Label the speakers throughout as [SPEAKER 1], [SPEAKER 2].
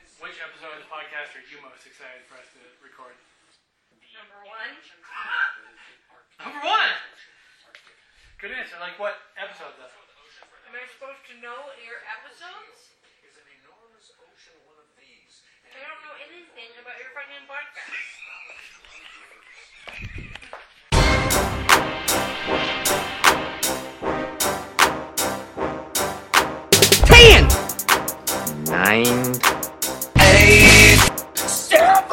[SPEAKER 1] episode of the podcast are you most excited for us to record?
[SPEAKER 2] Number one.
[SPEAKER 1] Number one. Good answer. Like what episode though?
[SPEAKER 2] Am I supposed to know your episodes?
[SPEAKER 3] is an enormous ocean one of these.
[SPEAKER 2] I don't know anything about your fucking podcast.
[SPEAKER 4] Ten, nine, eight, seven,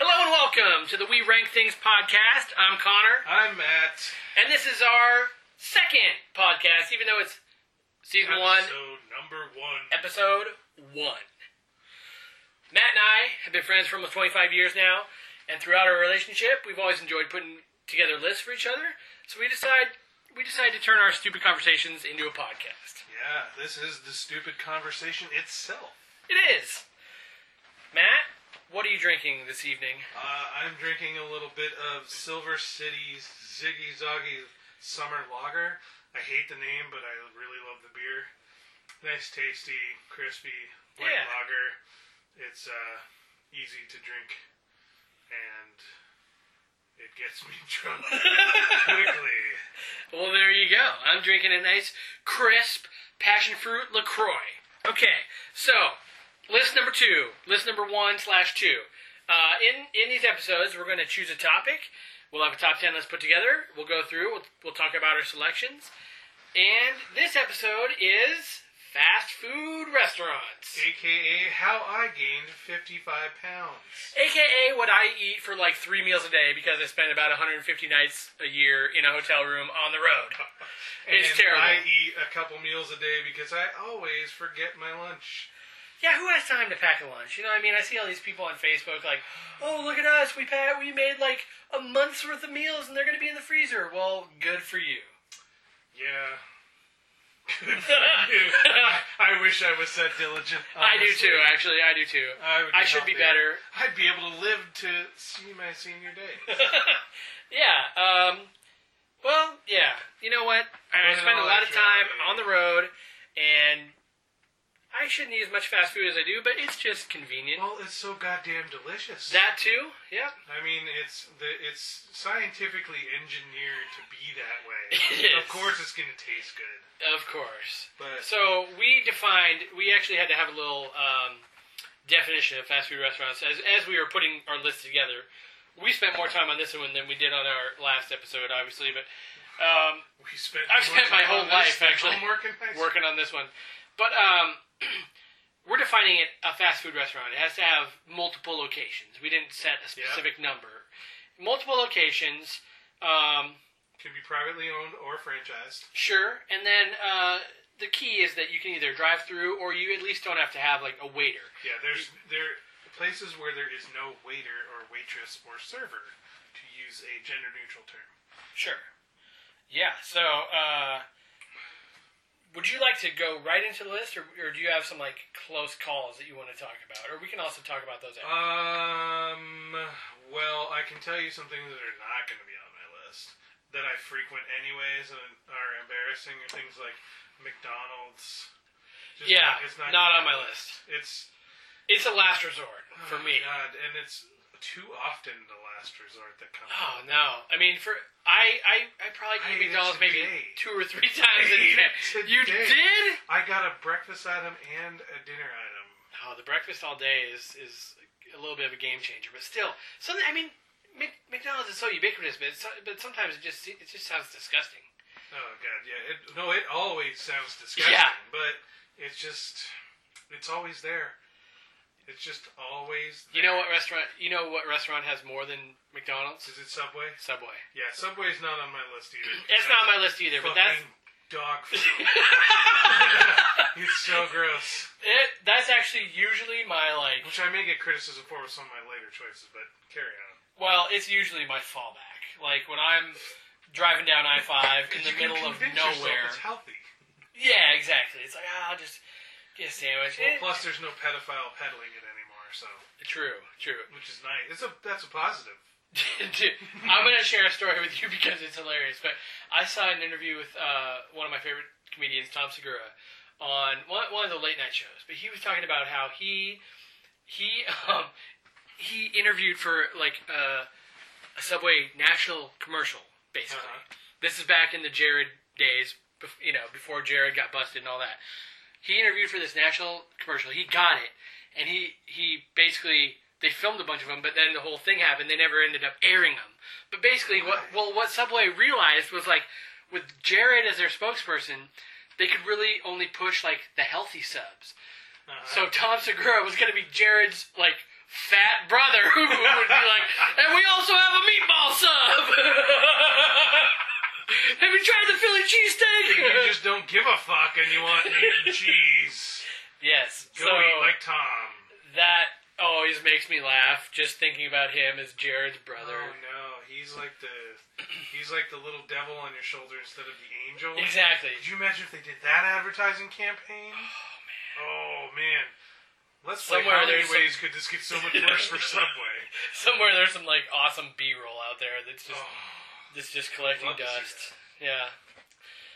[SPEAKER 5] Hello and welcome to the We Rank Things podcast. I'm Connor,
[SPEAKER 1] I'm Matt.
[SPEAKER 5] and this is our second podcast, even though it's season one,
[SPEAKER 1] number one.
[SPEAKER 5] episode one. Matt and I have been friends for almost 25 years now, and throughout our relationship, we've always enjoyed putting together lists for each other. So we decide we decided to turn our stupid conversations into a podcast.
[SPEAKER 1] Yeah, this is the stupid conversation itself.
[SPEAKER 5] It is. Matt, what are you drinking this evening?
[SPEAKER 1] Uh, I'm drinking a little bit of Silver City's Ziggy Zoggy Summer Lager. I hate the name, but I really love the beer. Nice, tasty, crispy white
[SPEAKER 5] Yeah.
[SPEAKER 1] lager. It's uh, easy to drink, and it gets me drunk quickly.
[SPEAKER 5] Well, there you go. I'm drinking a nice, crisp passion fruit LaCroix. Okay, so list number two, list number one slash two. Uh, in in these episodes, we're going to choose a topic. We'll have a top ten list put together. We'll go through. We'll, we'll talk about our selections. And this episode is fast food restaurants,
[SPEAKER 1] AKA how I gained 55 pounds.
[SPEAKER 5] aka what I eat for like three meals a day because I spend about 150 nights a year in a hotel room on the road. It's
[SPEAKER 1] and
[SPEAKER 5] terrible.
[SPEAKER 1] I eat a couple meals a day because I always forget my lunch.
[SPEAKER 5] Yeah, who has time to pack a lunch? You know, what I mean, I see all these people on Facebook like, "Oh, look at us! We packed, we made like a month's worth of meals, and they're going to be in the freezer." Well, good for you.
[SPEAKER 1] Yeah. Good for you. I, I wish I was that diligent.
[SPEAKER 5] I do
[SPEAKER 1] honestly.
[SPEAKER 5] too. Actually, I do too.
[SPEAKER 1] I, would
[SPEAKER 5] I should be
[SPEAKER 1] healthier.
[SPEAKER 5] better.
[SPEAKER 1] I'd be able to live to see my senior day.
[SPEAKER 5] yeah. Um. Well, yeah. You know what? I, I
[SPEAKER 1] Wasn't
[SPEAKER 5] spend a
[SPEAKER 1] all
[SPEAKER 5] lot
[SPEAKER 1] that
[SPEAKER 5] of time
[SPEAKER 1] travel, yeah.
[SPEAKER 5] on the road, and I shouldn't eat as much fast food as I do, but it's just convenient.
[SPEAKER 1] well, it's so goddamn delicious.
[SPEAKER 5] that too. Yeah.
[SPEAKER 1] I mean, it's the it's scientifically engineered to be that way.
[SPEAKER 5] It is.
[SPEAKER 1] Of course, it's gonna taste good.
[SPEAKER 5] Of course.
[SPEAKER 1] But
[SPEAKER 5] So we defined. We actually had to have a little um, definition of fast food restaurants as as we were putting our list together. We spent more time on this one than we did on our last episode, obviously, but um,
[SPEAKER 1] we spent.
[SPEAKER 5] I've
[SPEAKER 1] more
[SPEAKER 5] spent my
[SPEAKER 1] time
[SPEAKER 5] whole
[SPEAKER 1] on this
[SPEAKER 5] life,
[SPEAKER 1] than
[SPEAKER 5] actually,
[SPEAKER 1] homework and high
[SPEAKER 5] working on this one. But um, we're defining it a fast food restaurant. It has to have multiple locations. We didn't set a specific number. Multiple locations. Um,
[SPEAKER 1] school. Can be privately owned or franchised.
[SPEAKER 5] Sure, and then uh, the key is that you can either drive through or you at least don't have to have like a waiter.
[SPEAKER 1] Yeah, there's there places where there is no waiter or waitress or server, to use a gender neutral term.
[SPEAKER 5] Sure. Yeah. So, uh, would you like to go right into the list, or, or do you have some like close calls that you want to talk about, or we can also talk about those?
[SPEAKER 1] Uh,
[SPEAKER 5] After.
[SPEAKER 1] Um. Well, I can tell you some things that are not going to be on my list that I frequent anyways and are embarrassing, or things like McDonald's. Just
[SPEAKER 5] yeah,
[SPEAKER 1] not-
[SPEAKER 5] it's not, on my list.
[SPEAKER 1] It's
[SPEAKER 5] It's a last resort for
[SPEAKER 1] oh,
[SPEAKER 5] me.
[SPEAKER 1] God, and it's too often the last resort that comes.
[SPEAKER 5] Oh no! I mean, for I I, I probably eat
[SPEAKER 1] I ate it
[SPEAKER 5] McDonald's maybe
[SPEAKER 1] today.
[SPEAKER 5] two or three times a
[SPEAKER 1] ate
[SPEAKER 5] day.
[SPEAKER 1] it
[SPEAKER 5] You
[SPEAKER 1] today.
[SPEAKER 5] did?
[SPEAKER 1] I got a breakfast item and a dinner item.
[SPEAKER 5] Oh, the breakfast all day is is a little bit of a game changer, but still, something. I mean, Mc, McDonald's is so ubiquitous, but it's, so- but sometimes it just it just sounds disgusting.
[SPEAKER 1] Oh God, yeah. It, no, it always sounds disgusting,
[SPEAKER 5] Yeah.
[SPEAKER 1] but it's just it's always there. It's just always.
[SPEAKER 5] You know what restaurant? You know what restaurant has more than McDonald's?
[SPEAKER 1] Is it Subway?
[SPEAKER 5] Subway.
[SPEAKER 1] Yeah, Subway's not on my list either.
[SPEAKER 5] It's not on my list either, but that's
[SPEAKER 1] Fucking dog food. it's so gross.
[SPEAKER 5] it, that's actually usually my like.
[SPEAKER 1] Which I may get criticism for with some of my later choices, but carry on.
[SPEAKER 5] Well, it's usually my fallback. Like when I'm driving down I five in the
[SPEAKER 1] You can
[SPEAKER 5] middle of
[SPEAKER 1] convince yourself
[SPEAKER 5] nowhere.
[SPEAKER 1] It's healthy.
[SPEAKER 5] Yeah, exactly. It's like ah, I'll just get a sandwich.
[SPEAKER 1] Well,
[SPEAKER 5] Eh,
[SPEAKER 1] plus, there's no pedophile peddling it anymore. so
[SPEAKER 5] True, true.
[SPEAKER 1] which is nice. It's a that's a positive.
[SPEAKER 5] Dude, I'm gonna share a story with you because it's hilarious. But I saw an interview with uh, one of my favorite comedians, Tom Segura, on one, one of the late night shows. But he was talking about how he he um, he interviewed for like uh, a Subway national commercial. Basically,
[SPEAKER 1] Uh-huh.
[SPEAKER 5] this is back in the Jared days, bef- you know, before Jared got busted and all that. He interviewed for this national commercial. He got it, and he he basically they filmed a bunch of them, but then the whole thing happened. They never ended up airing them. But basically, what well what Subway realized was like with Jared as their spokesperson, they could really only push like the healthy subs.
[SPEAKER 1] Uh,
[SPEAKER 5] So Tom Segura was going to be Jared's like fat brother who would be like, and we also have a meatball sub. have you tried the Philly
[SPEAKER 1] you
[SPEAKER 5] cheesesteak?
[SPEAKER 1] just don't give a fuck and you want meat and cheese.
[SPEAKER 5] yes.
[SPEAKER 1] Go
[SPEAKER 5] so
[SPEAKER 1] eat like Tom.
[SPEAKER 5] that always makes me laugh just thinking about him as Jared's brother.
[SPEAKER 1] Oh no, he's like the he's like the little devil on your shoulder instead of the angel.
[SPEAKER 5] Exactly.
[SPEAKER 1] Could you imagine if they did that advertising campaign? Oh man. Let's play
[SPEAKER 5] Somewhere
[SPEAKER 1] how many
[SPEAKER 5] there's some-
[SPEAKER 1] ways could this get so much worse for Subway?
[SPEAKER 5] Somewhere there's some like awesome B-roll out there that's just
[SPEAKER 1] Oh,
[SPEAKER 5] that's just collecting
[SPEAKER 1] Love to see
[SPEAKER 5] dust. Yeah.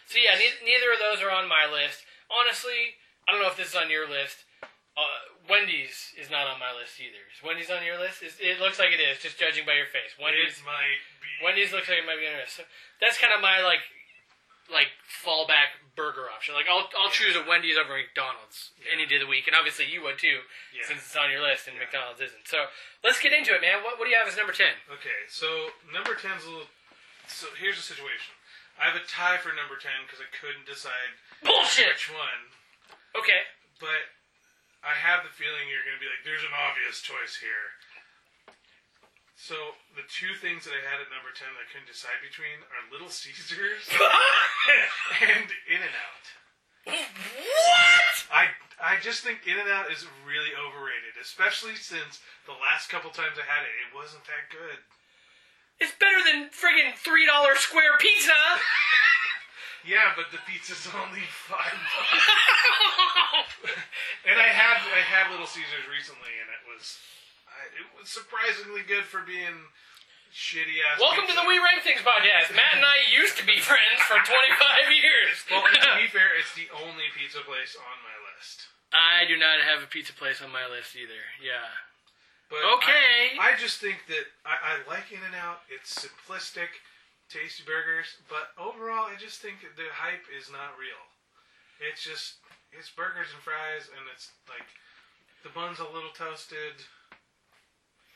[SPEAKER 5] So yeah, neither, neither of those are on my list. Honestly, I don't know if this is on your list. Uh, Wendy's is not on my list either. Is Wendy's on your list? Is, it looks like it is, just judging by your face.
[SPEAKER 1] it
[SPEAKER 5] Wendy's.
[SPEAKER 1] might be.
[SPEAKER 5] Wendy's looks like it might be on your list. So that's kind of my like, like fallback burger option. Like I'll I'll choose a Wendy's over McDonald's any day of the week, and obviously you would too,
[SPEAKER 1] Yeah.
[SPEAKER 5] since it's on your list and
[SPEAKER 1] Yeah.
[SPEAKER 5] McDonald's isn't. So let's get into it, man. What what do you have as number ten?
[SPEAKER 1] Okay, so number 10's a little. So here's the situation. I have a tie for number 10 because I couldn't decide
[SPEAKER 5] Bullshit.
[SPEAKER 1] which one,
[SPEAKER 5] Okay.
[SPEAKER 1] but I have the feeling you're going to be like, there's an obvious choice here. So the two things that I had at number 10 that I couldn't decide between are Little Caesars and In N Out.
[SPEAKER 5] what?
[SPEAKER 1] I I just think In and Out is really overrated, especially since the last couple times I had it, it wasn't that good.
[SPEAKER 5] It's better than friggin' three dollar square pizza.
[SPEAKER 1] Yeah, but the pizza's only five bucks. and I had I had Little Caesars recently, and it was I, it was surprisingly good for being shitty ass.
[SPEAKER 5] Welcome to the We Rank Things podcast. Matt and I used to be friends for 25 years.
[SPEAKER 1] Well, to be fair, it's the only pizza place on my list.
[SPEAKER 5] I do not have a pizza place on my list either. Yeah.
[SPEAKER 1] But
[SPEAKER 5] Okay.
[SPEAKER 1] I, I just think that I, I like In and Out. It's simplistic, tasty burgers, but overall, I just think the hype is not real. It's just it's burgers and fries, and it's like the bun's a little toasted.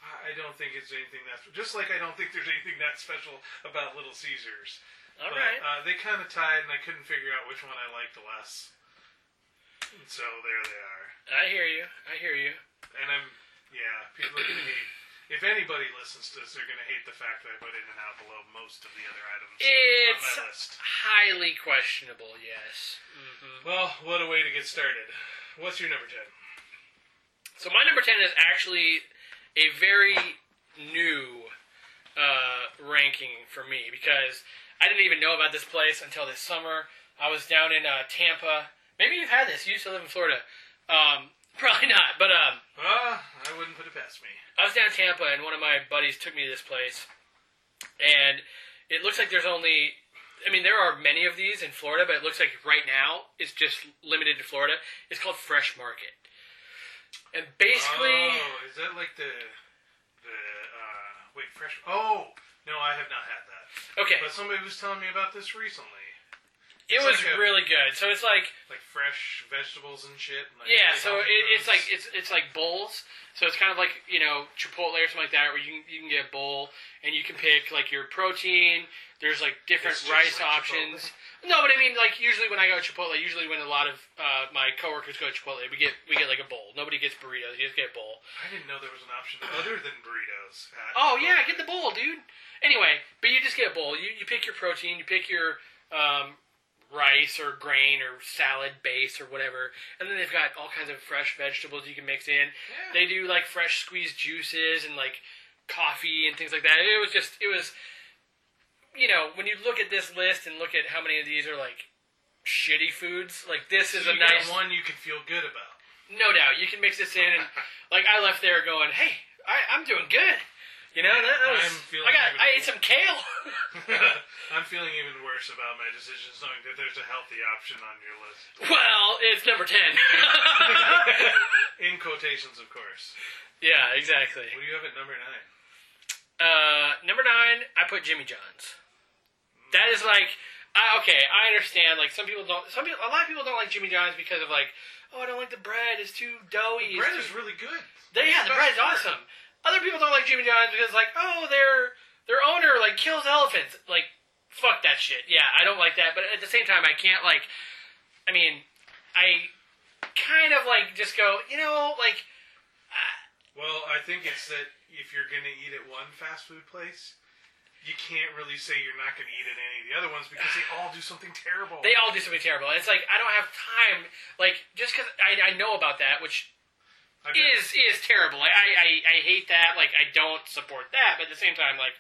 [SPEAKER 1] I I don't think it's anything that's just like I don't think there's anything that special about Little Caesars.
[SPEAKER 5] All
[SPEAKER 1] But,
[SPEAKER 5] right.
[SPEAKER 1] Uh, they kind of tied, and I couldn't figure out which one I liked less. And so there they are.
[SPEAKER 5] I hear you. I hear you.
[SPEAKER 1] And I'm, yeah, people are gonna hate. If anybody listens to this, they're gonna hate the fact that I put in and out below most of the other items
[SPEAKER 5] It's
[SPEAKER 1] on my list.
[SPEAKER 5] highly questionable. Yes. Mm-hmm.
[SPEAKER 1] Well, what a way to get started. What's your number ten?
[SPEAKER 5] So my number ten is actually a very new uh, ranking for me because I didn't even know about this place until this summer. I was down in uh, Tampa. Maybe you've had this. You used to live in Florida. Um, probably not, but um,
[SPEAKER 1] Ah, I wouldn't put it past me.
[SPEAKER 5] I was down in Tampa, and one of my buddies took me to this place, and it looks like there's only. I mean, there are many of these in Florida, but it looks like right now it's just limited to Florida. It's called Fresh Market, and basically,
[SPEAKER 1] oh, is that like the the uh, wait fresh? Oh, no, I have not had that.
[SPEAKER 5] okay,
[SPEAKER 1] But somebody was telling me about this recently,
[SPEAKER 5] it
[SPEAKER 1] it's
[SPEAKER 5] was
[SPEAKER 1] like a-
[SPEAKER 5] really good. So it's like
[SPEAKER 1] like fresh vegetables and shit. and, Like
[SPEAKER 5] Yeah,
[SPEAKER 1] really
[SPEAKER 5] so
[SPEAKER 1] healthy
[SPEAKER 5] it, it's
[SPEAKER 1] foods.
[SPEAKER 5] like it's it's like bowls. So it's kind of like you know Chipotle or something like that, where you can, you can get a bowl and you can pick like your protein. There's like different
[SPEAKER 1] It's just
[SPEAKER 5] rice
[SPEAKER 1] like
[SPEAKER 5] options. No, but I mean like usually when I go to Chipotle, usually when a lot of uh, my coworkers go to Chipotle, we get we get like a bowl. Nobody gets burritos. You just get a bowl.
[SPEAKER 1] I didn't know there was an option other than burritos. at-
[SPEAKER 5] Oh yeah, get the bowl, dude. Anyway, but you just get a bowl. You you pick your protein, you pick your um, rice or grain or salad base or whatever, and then they've got all kinds of fresh vegetables you can mix in.
[SPEAKER 1] Yeah.
[SPEAKER 5] They do like fresh squeezed juices and like coffee and things like that. It was just it was, you know, when you look at this list and look at how many of these are like shitty foods, like this is
[SPEAKER 1] So
[SPEAKER 5] a
[SPEAKER 1] you got
[SPEAKER 5] nice
[SPEAKER 1] one you could feel good about.
[SPEAKER 5] no doubt you can mix this in. And like I left there going, hey, I, I'm doing good. You know, that, that was,
[SPEAKER 1] I'm
[SPEAKER 5] I
[SPEAKER 1] feeling
[SPEAKER 5] got
[SPEAKER 1] even
[SPEAKER 5] I ate some kale.
[SPEAKER 1] I'm feeling even worse about my decisions knowing that there's a healthy option on your list.
[SPEAKER 5] well, it's number ten.
[SPEAKER 1] In quotations, of course.
[SPEAKER 5] yeah, exactly.
[SPEAKER 1] What do you have at number nine?
[SPEAKER 5] Uh, number nine, I put Jimmy John's. That is like, I, okay, I understand. Like some people don't, some people, a lot of people don't like Jimmy John's because of like, oh, I don't like the bread; it's too doughy.
[SPEAKER 1] Bread
[SPEAKER 5] it's
[SPEAKER 1] is really good.
[SPEAKER 5] too, they, yeah, the bread's awesome. Other people don't like Jimmy John's because like, oh, their their owner like kills elephants. Like, fuck that shit. Yeah, I don't like that. But at the same time, I can't like, I mean, I kind of like just go, you know, like,
[SPEAKER 1] Well, I think it's that if you're going to eat at one fast food place, you can't really say you're not going to eat at any of the other ones because they all do something terrible.
[SPEAKER 5] They all do something terrible. It's like I don't have time. Like just because I, I know about that, which
[SPEAKER 1] I bet-
[SPEAKER 5] is is terrible. I, I I hate that. Like I don't support that. But at the same time, like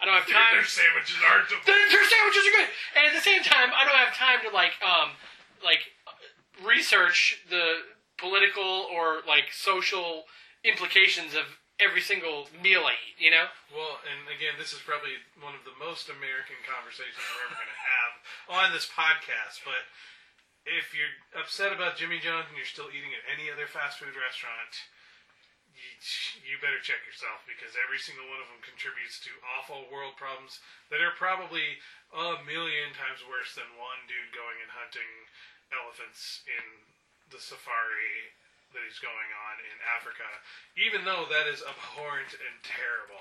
[SPEAKER 5] I don't have
[SPEAKER 1] Dude,
[SPEAKER 5] time.
[SPEAKER 1] their sandwiches are delicious.
[SPEAKER 5] Their- their sandwiches are good. And at the same time, I don't have time to like um like research the political or like social implications of every single meal I eat. You know.
[SPEAKER 1] Well, and again, this is probably one of the most American conversations we're ever going to have on this podcast. But if you're upset about Jimmy John's and you're still eating at any other fast food restaurant, you, you better check yourself because every single one of them contributes to awful world problems that are probably a million times worse than one dude going and hunting elephants in the safari that he's going on in Africa, even though that is abhorrent and terrible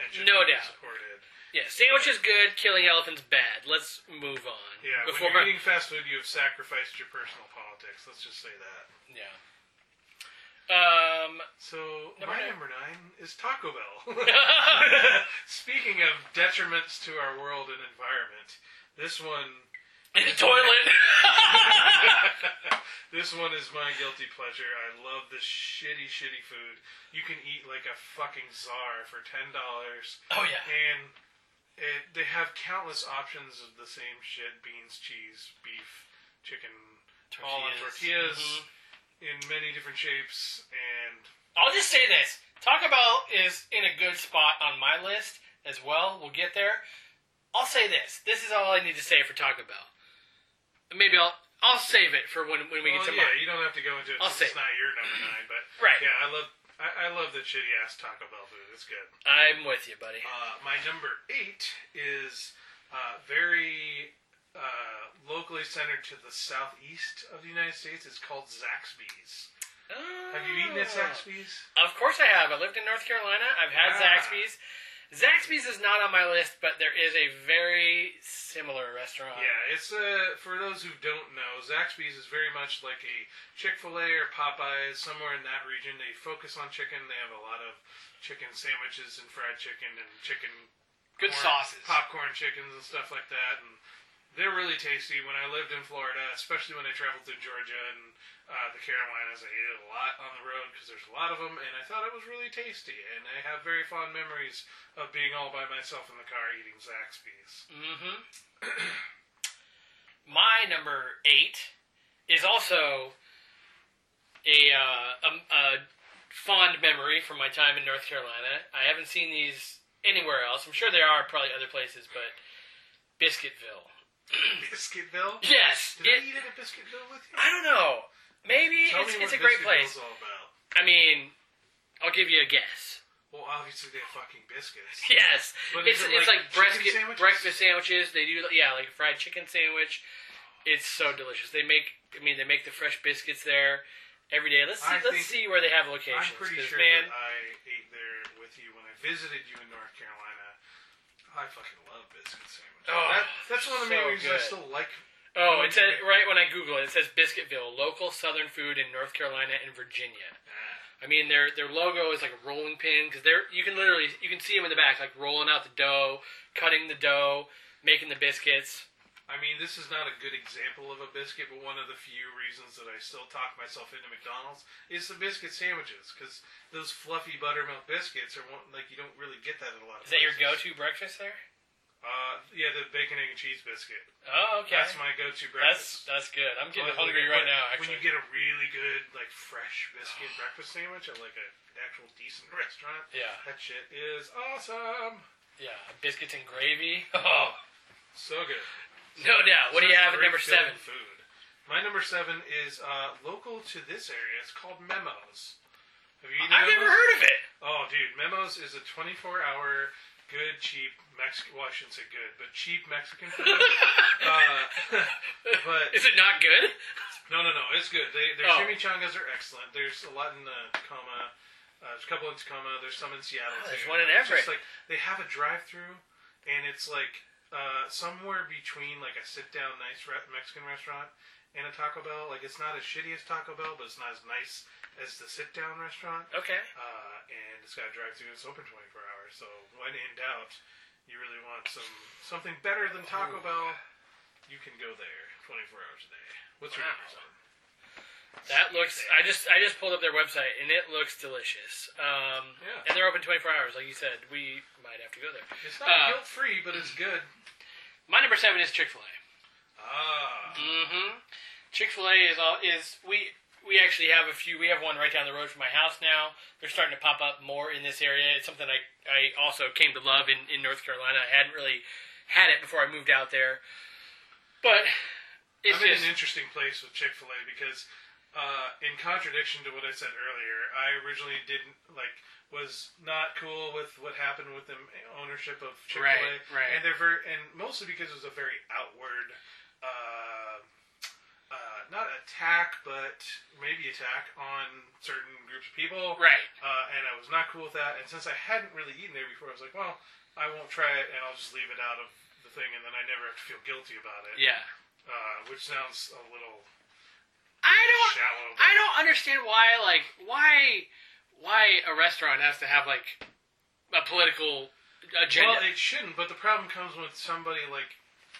[SPEAKER 1] and should
[SPEAKER 5] No
[SPEAKER 1] not be
[SPEAKER 5] doubt.
[SPEAKER 1] supported.
[SPEAKER 5] Yeah, sandwich is good. Killing elephants bad. Let's move on.
[SPEAKER 1] Yeah,
[SPEAKER 5] Before
[SPEAKER 1] when you're eating fast food, you have sacrificed your personal politics. Let's just say that.
[SPEAKER 5] yeah. Um.
[SPEAKER 1] So
[SPEAKER 5] Number
[SPEAKER 1] my
[SPEAKER 5] nine.
[SPEAKER 1] number nine is Taco Bell. Speaking of detriments to our world and environment, this one,
[SPEAKER 5] In the toilet.
[SPEAKER 1] this one is my guilty pleasure. I love this shitty, shitty food. You can eat like a fucking czar for ten dollars,
[SPEAKER 5] oh yeah.
[SPEAKER 1] and it, they have countless options of the same shit: beans, cheese, beef, chicken, all on tortillas Mm-hmm.
[SPEAKER 5] Mhm.
[SPEAKER 1] in many different shapes, and
[SPEAKER 5] I'll just say this: Taco Bell is in a good spot on my list as well. We'll get there. I'll say this: This is all I need to say for Taco Bell. Maybe I'll I'll save it for when when we
[SPEAKER 1] well,
[SPEAKER 5] get to
[SPEAKER 1] yeah,
[SPEAKER 5] mine.
[SPEAKER 1] you don't have to go into it.
[SPEAKER 5] I'll
[SPEAKER 1] 'cause
[SPEAKER 5] say
[SPEAKER 1] it's
[SPEAKER 5] it.
[SPEAKER 1] not your number nine, but
[SPEAKER 5] Right.
[SPEAKER 1] Yeah, I love I, I love the shitty ass Taco Bell food. It's good.
[SPEAKER 5] I'm with you, buddy.
[SPEAKER 1] Uh, my number eight is uh, very uh, locally centered to the southeast of the United States. It's called Zaxby's. Have you eaten at
[SPEAKER 5] Oh.
[SPEAKER 1] Zaxby's?
[SPEAKER 5] Of course I have. I lived in North Carolina. I've had
[SPEAKER 1] Ah.
[SPEAKER 5] Zaxby's. Zaxby's is not on my list, but there is a very similar restaurant.
[SPEAKER 1] Yeah, it's uh, for those who don't know, Zaxby's is very much like a Chick Fil A or Popeyes, somewhere in that region. They focus on chicken. They have a lot of chicken sandwiches and fried chicken and chicken
[SPEAKER 5] Good
[SPEAKER 1] corn-
[SPEAKER 5] sauces.
[SPEAKER 1] popcorn chickens, and stuff like that. And they're really tasty. When I lived in Florida, especially when I traveled through Georgia and uh, the Carolinas, I ate it a lot on the road because there's a lot of them, and I thought it was really tasty. And I have very fond memories of being all by myself in the car eating Zaxby's.
[SPEAKER 5] Mm-hmm. My number eight is also a, uh, um a fond memory from my time in North Carolina. I haven't seen these anywhere else. I'm sure there are probably other places, but Biscuitville.
[SPEAKER 1] Biscuitville.
[SPEAKER 5] Yes,
[SPEAKER 1] Did I
[SPEAKER 5] it,
[SPEAKER 1] eat it at Biscuitville with you?
[SPEAKER 5] I don't know. Maybe
[SPEAKER 1] Tell
[SPEAKER 5] it's,
[SPEAKER 1] me
[SPEAKER 5] it's a
[SPEAKER 1] what
[SPEAKER 5] great
[SPEAKER 1] Biscuitville's
[SPEAKER 5] place.
[SPEAKER 1] all about.
[SPEAKER 5] I mean, I'll give you a guess.
[SPEAKER 1] Well, obviously they have fucking biscuits.
[SPEAKER 5] Yes,
[SPEAKER 1] But
[SPEAKER 5] it's
[SPEAKER 1] is it
[SPEAKER 5] it's
[SPEAKER 1] like
[SPEAKER 5] like,
[SPEAKER 1] chicken
[SPEAKER 5] brisket-
[SPEAKER 1] sandwiches?
[SPEAKER 5] breakfast sandwiches. They do yeah, like a fried chicken sandwich. It's so delicious. They make I mean they make the fresh biscuits there every day. Let's see,
[SPEAKER 1] I
[SPEAKER 5] let's
[SPEAKER 1] think-
[SPEAKER 5] see where they have locations.
[SPEAKER 1] I'm pretty
[SPEAKER 5] 'cause,
[SPEAKER 1] sure
[SPEAKER 5] man,
[SPEAKER 1] that I ate there with you when I visited you in North Carolina. I fucking love biscuit sandwiches.
[SPEAKER 5] Oh,
[SPEAKER 1] That- that's one of the
[SPEAKER 5] so
[SPEAKER 1] main reasons I
[SPEAKER 5] good.
[SPEAKER 1] still like.
[SPEAKER 5] oh, it says right when I Google it, it says Biscuitville, local Southern food in North Carolina and Virginia. I mean their their logo is like a rolling pin because they're you can literally you can see them in the back like rolling out the dough, cutting the dough, making the biscuits.
[SPEAKER 1] I mean, this is not a good example of a biscuit, but one of the few reasons that I still talk myself into McDonald's is the biscuit sandwiches because those fluffy buttermilk biscuits are one, like you don't really get that at a lot of.
[SPEAKER 5] Is that your
[SPEAKER 1] places.
[SPEAKER 5] go-to breakfast there?
[SPEAKER 1] Uh, yeah, the bacon, egg, and cheese biscuit.
[SPEAKER 5] Oh, okay.
[SPEAKER 1] That's my go-to
[SPEAKER 5] that's
[SPEAKER 1] breakfast.
[SPEAKER 5] that's good. I'm getting
[SPEAKER 1] But
[SPEAKER 5] hungry right
[SPEAKER 1] when-
[SPEAKER 5] now.
[SPEAKER 1] When
[SPEAKER 5] Actually,
[SPEAKER 1] you get a really good, like, fresh biscuit breakfast sandwich at, like, a, an actual decent restaurant,
[SPEAKER 5] Yeah.
[SPEAKER 1] that shit is awesome.
[SPEAKER 5] yeah, biscuits and gravy. Oh,
[SPEAKER 1] So good.
[SPEAKER 5] no doubt. What do you have at
[SPEAKER 1] Great
[SPEAKER 5] number
[SPEAKER 1] feeling
[SPEAKER 5] seven?
[SPEAKER 1] Food. My number seven is uh, local to this area. It's called Memos. Have you eaten
[SPEAKER 5] I've never
[SPEAKER 1] Memos?
[SPEAKER 5] heard of it.
[SPEAKER 1] Oh, dude, Memos is a 24-hour good, cheap Mexican. Well, I shouldn't say good, but cheap Mexican food. uh, but
[SPEAKER 5] Is it not good?
[SPEAKER 1] no, no, no. It's good. They, their
[SPEAKER 5] Oh.
[SPEAKER 1] chimichangas are excellent. There's a lot in uh, Tacoma. Uh, there's a couple in Tacoma. There's some in Seattle.
[SPEAKER 5] Oh, there's
[SPEAKER 1] too.
[SPEAKER 5] one in
[SPEAKER 1] It's just
[SPEAKER 5] Everett.
[SPEAKER 1] like they have a drive-through, and it's like uh, somewhere between like a sit-down nice re- Mexican restaurant and a Taco Bell. Like it's not as shitty as Taco Bell, but it's not as nice as the sit-down restaurant.
[SPEAKER 5] Okay.
[SPEAKER 1] Uh, and it's got a drive-through. It's open 24 hours. So when in doubt, you really want some something better than
[SPEAKER 5] Ooh.
[SPEAKER 1] Taco Bell, you can go there 24 hours a day. What's your
[SPEAKER 5] Wow.
[SPEAKER 1] number seven?
[SPEAKER 5] That looks. I just I just pulled up their website and it looks delicious. Um,
[SPEAKER 1] Yeah.
[SPEAKER 5] And they're open 24 hours, like you said. We might have to go there.
[SPEAKER 1] It's not
[SPEAKER 5] Uh,
[SPEAKER 1] guilt free, but it's good.
[SPEAKER 5] My number seven is Chick Fil A.
[SPEAKER 1] Ah,
[SPEAKER 5] Mm-hmm. Chick Fil A is all is we we actually have a few. We have one right down the road from my house now. They're starting to pop up more in this area. It's something I I also came to love in in North Carolina. I hadn't really had it before I moved out there, but it's
[SPEAKER 1] I'm in
[SPEAKER 5] just
[SPEAKER 1] an interesting place with Chick Fil A because, uh, in contradiction to what I said earlier, I originally didn't like was not cool with what happened with the ownership of Chick Fil A,
[SPEAKER 5] Right, right.
[SPEAKER 1] and they're very and mostly because it was a very outward, uh, uh, not attack, but maybe attack on certain groups of people,
[SPEAKER 5] right.
[SPEAKER 1] uh, and I was not cool with that. And since I hadn't really eaten there before, I was like, well, I won't try it, and I'll just leave it out of the thing, and then I never have to feel guilty about it.
[SPEAKER 5] Yeah.
[SPEAKER 1] Uh, which sounds a little
[SPEAKER 5] I don't
[SPEAKER 1] shallow. but-
[SPEAKER 5] I don't understand why like why why a restaurant has to have like a political agenda.
[SPEAKER 1] well, it shouldn't. But the problem comes when somebody like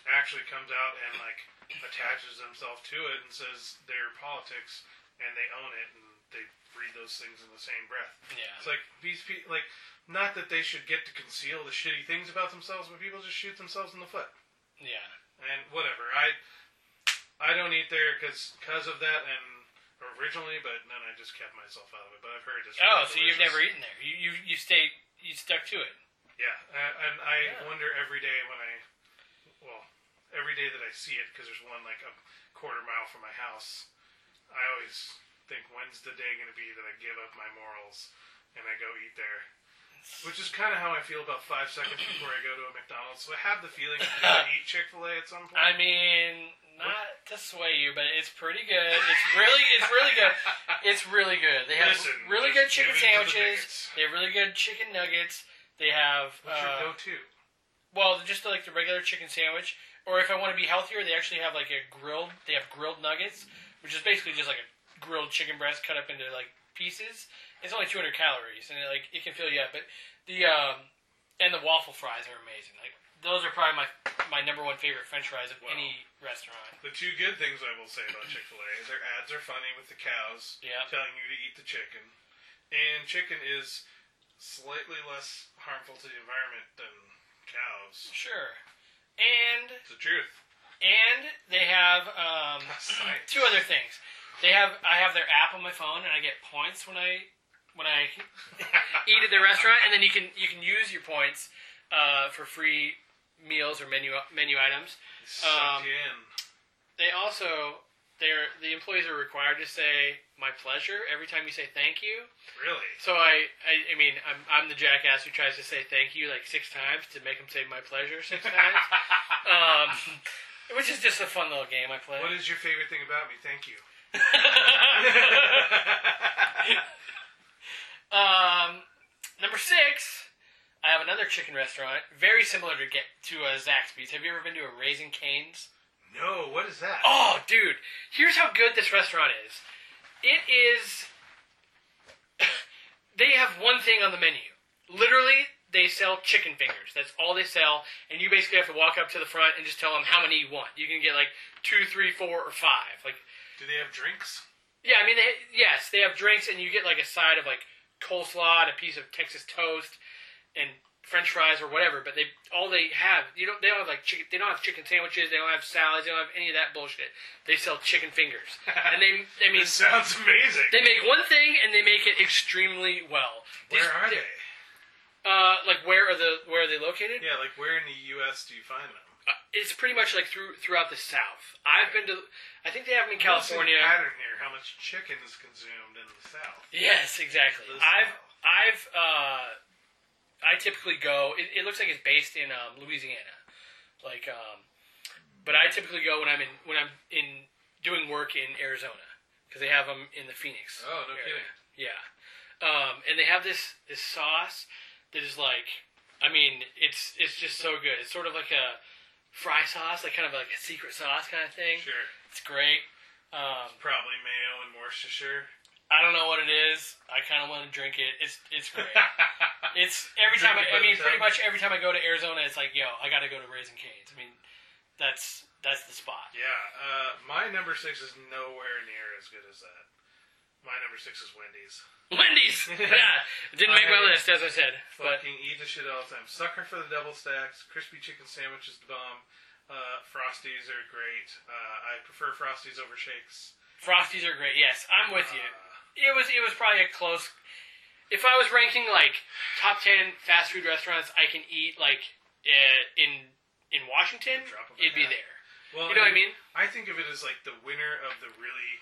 [SPEAKER 1] actually comes out and like attaches themselves to it and says their politics, and they own it, and they read those things in the same breath. It's
[SPEAKER 5] yeah.
[SPEAKER 1] like these people, like, not that they should get to conceal the shitty things about themselves, but people just shoot themselves in the foot.
[SPEAKER 5] Yeah.
[SPEAKER 1] and whatever. I I don't eat there because of that and originally, but then I just kept myself out of it. But I've heard it's
[SPEAKER 5] Oh,
[SPEAKER 1] really
[SPEAKER 5] so you've never
[SPEAKER 1] delicious.
[SPEAKER 5] eaten there. You you you stayed you stuck to it.
[SPEAKER 1] yeah, I- and I
[SPEAKER 5] Yeah.
[SPEAKER 1] wonder every day when I well every day that I see it because there's one like a quarter mile from my house. I always think when's the day going to be that I give up my morals and I go eat there. Which is kind of how I feel about five seconds before I go to a McDonald's. So I have the feeling I'm going to eat Chick Fil A at some point.
[SPEAKER 5] I mean, not to sway you, but it's pretty good. It's really, it's really good. It's really good. They have
[SPEAKER 1] Listen,
[SPEAKER 5] really
[SPEAKER 1] let's
[SPEAKER 5] good chicken
[SPEAKER 1] give in to the
[SPEAKER 5] sandwiches.
[SPEAKER 1] bigots.
[SPEAKER 5] They have really good chicken nuggets. They have
[SPEAKER 1] What's your
[SPEAKER 5] uh,
[SPEAKER 1] go-to?
[SPEAKER 5] well, just like the regular chicken sandwich. Or if I want to be healthier, they actually have like a grilled. They have grilled nuggets, which is basically just like a grilled chicken breast cut up into like pieces. It's only 200 calories, and it, like it can fill you up. But the um, and the waffle fries are amazing. Like those are probably my my number one favorite French fries of
[SPEAKER 1] Wow.
[SPEAKER 5] any restaurant.
[SPEAKER 1] The two good things I will say about Chick Fil A is their ads are funny with the cows
[SPEAKER 5] Yeah.
[SPEAKER 1] telling you to eat the chicken, and chicken is slightly less harmful to the environment than cows.
[SPEAKER 5] Sure. And
[SPEAKER 1] It's the truth.
[SPEAKER 5] and they have um,
[SPEAKER 1] Science.
[SPEAKER 5] two other things. They have I have their app on my phone and I get points when I when I eat at their restaurant and then you can you can use your points uh, for free meals or menu menu items. Um,
[SPEAKER 1] Sucked you in.
[SPEAKER 5] They also they're the employees are required to say my pleasure every time you say thank you.
[SPEAKER 1] Really?
[SPEAKER 5] So I, I, I mean, I'm, I'm the jackass who tries to say thank you like six times to make them say my pleasure six times, um, which is just a fun little game I play.
[SPEAKER 1] What is your favorite thing about me? Thank you.
[SPEAKER 5] um, number six, I have another chicken restaurant, very similar to get to a Zaxby's. Have you ever been to a Raising Cane's?
[SPEAKER 1] no, what is that?
[SPEAKER 5] Oh, dude, here's how good this restaurant is. It is. they have one thing on the menu. Literally, they sell chicken fingers. That's all they sell, and you basically have to walk up to the front and just tell them how many you want. You can get like two, three, four, or five. Like,
[SPEAKER 1] Do they have drinks?
[SPEAKER 5] yeah, I mean, they, yes, they have drinks, and you get like a side of like coleslaw and a piece of Texas toast and French fries or whatever, but they all they have you don't they don't have like chicken they don't have chicken sandwiches they don't have salads they don't have any of that bullshit. They sell chicken fingers, and they I mean
[SPEAKER 1] It sounds amazing.
[SPEAKER 5] they make one thing and they make it extremely well.
[SPEAKER 1] where
[SPEAKER 5] These-
[SPEAKER 1] are they?
[SPEAKER 5] Uh, like where are the where are they located?
[SPEAKER 1] Yeah, like where in the U.S. do you find them?
[SPEAKER 5] Uh, it's pretty much like through throughout the South. I've been to I think they have them in California.
[SPEAKER 1] Notice the pattern here. How much chicken is consumed in the South?
[SPEAKER 5] Yes, exactly.
[SPEAKER 1] The
[SPEAKER 5] I've
[SPEAKER 1] South.
[SPEAKER 5] I've uh, I typically go. It, it looks like it's based in um, Louisiana, like. Um, but I typically go when I'm in when I'm in doing work in Arizona because they have them in the Phoenix.
[SPEAKER 1] Oh, no kidding.
[SPEAKER 5] Yeah, um, and they have this this sauce that is like, I mean, it's it's just so good. It's sort of like a fry sauce, like kind of like a secret sauce kind of thing.
[SPEAKER 1] Sure.
[SPEAKER 5] It's great. Um,
[SPEAKER 1] Probably mayo and Worcestershire.
[SPEAKER 5] I don't know what it is. I kind of want to drink it. It's it's great. it's every time. I, I mean, pretty much every time I go to Arizona, it's like, yo, I got to go to Raising Cane's. I mean, that's that's the spot.
[SPEAKER 1] Yeah, uh, my number six is nowhere near as good as that. My number six is Wendy's.
[SPEAKER 5] Wendy's. yeah, it didn't make my
[SPEAKER 1] I-
[SPEAKER 5] list as I said, but
[SPEAKER 1] Fucking eat the shit all the time. Sucker for the double stacks. Crispy chicken sandwich is the bomb. Uh, Frosties are great. Uh, I prefer Frosties over shakes.
[SPEAKER 5] Frosties are great. Yes, I'm with you.
[SPEAKER 1] Uh,
[SPEAKER 5] It was it was probably a close. If I was ranking like top ten fast food restaurants I can eat like uh, in in Washington,
[SPEAKER 1] Drop of a
[SPEAKER 5] it'd be
[SPEAKER 1] hat.
[SPEAKER 5] there.
[SPEAKER 1] well,
[SPEAKER 5] You know what I mean?
[SPEAKER 1] I think of it as like the winner of the really,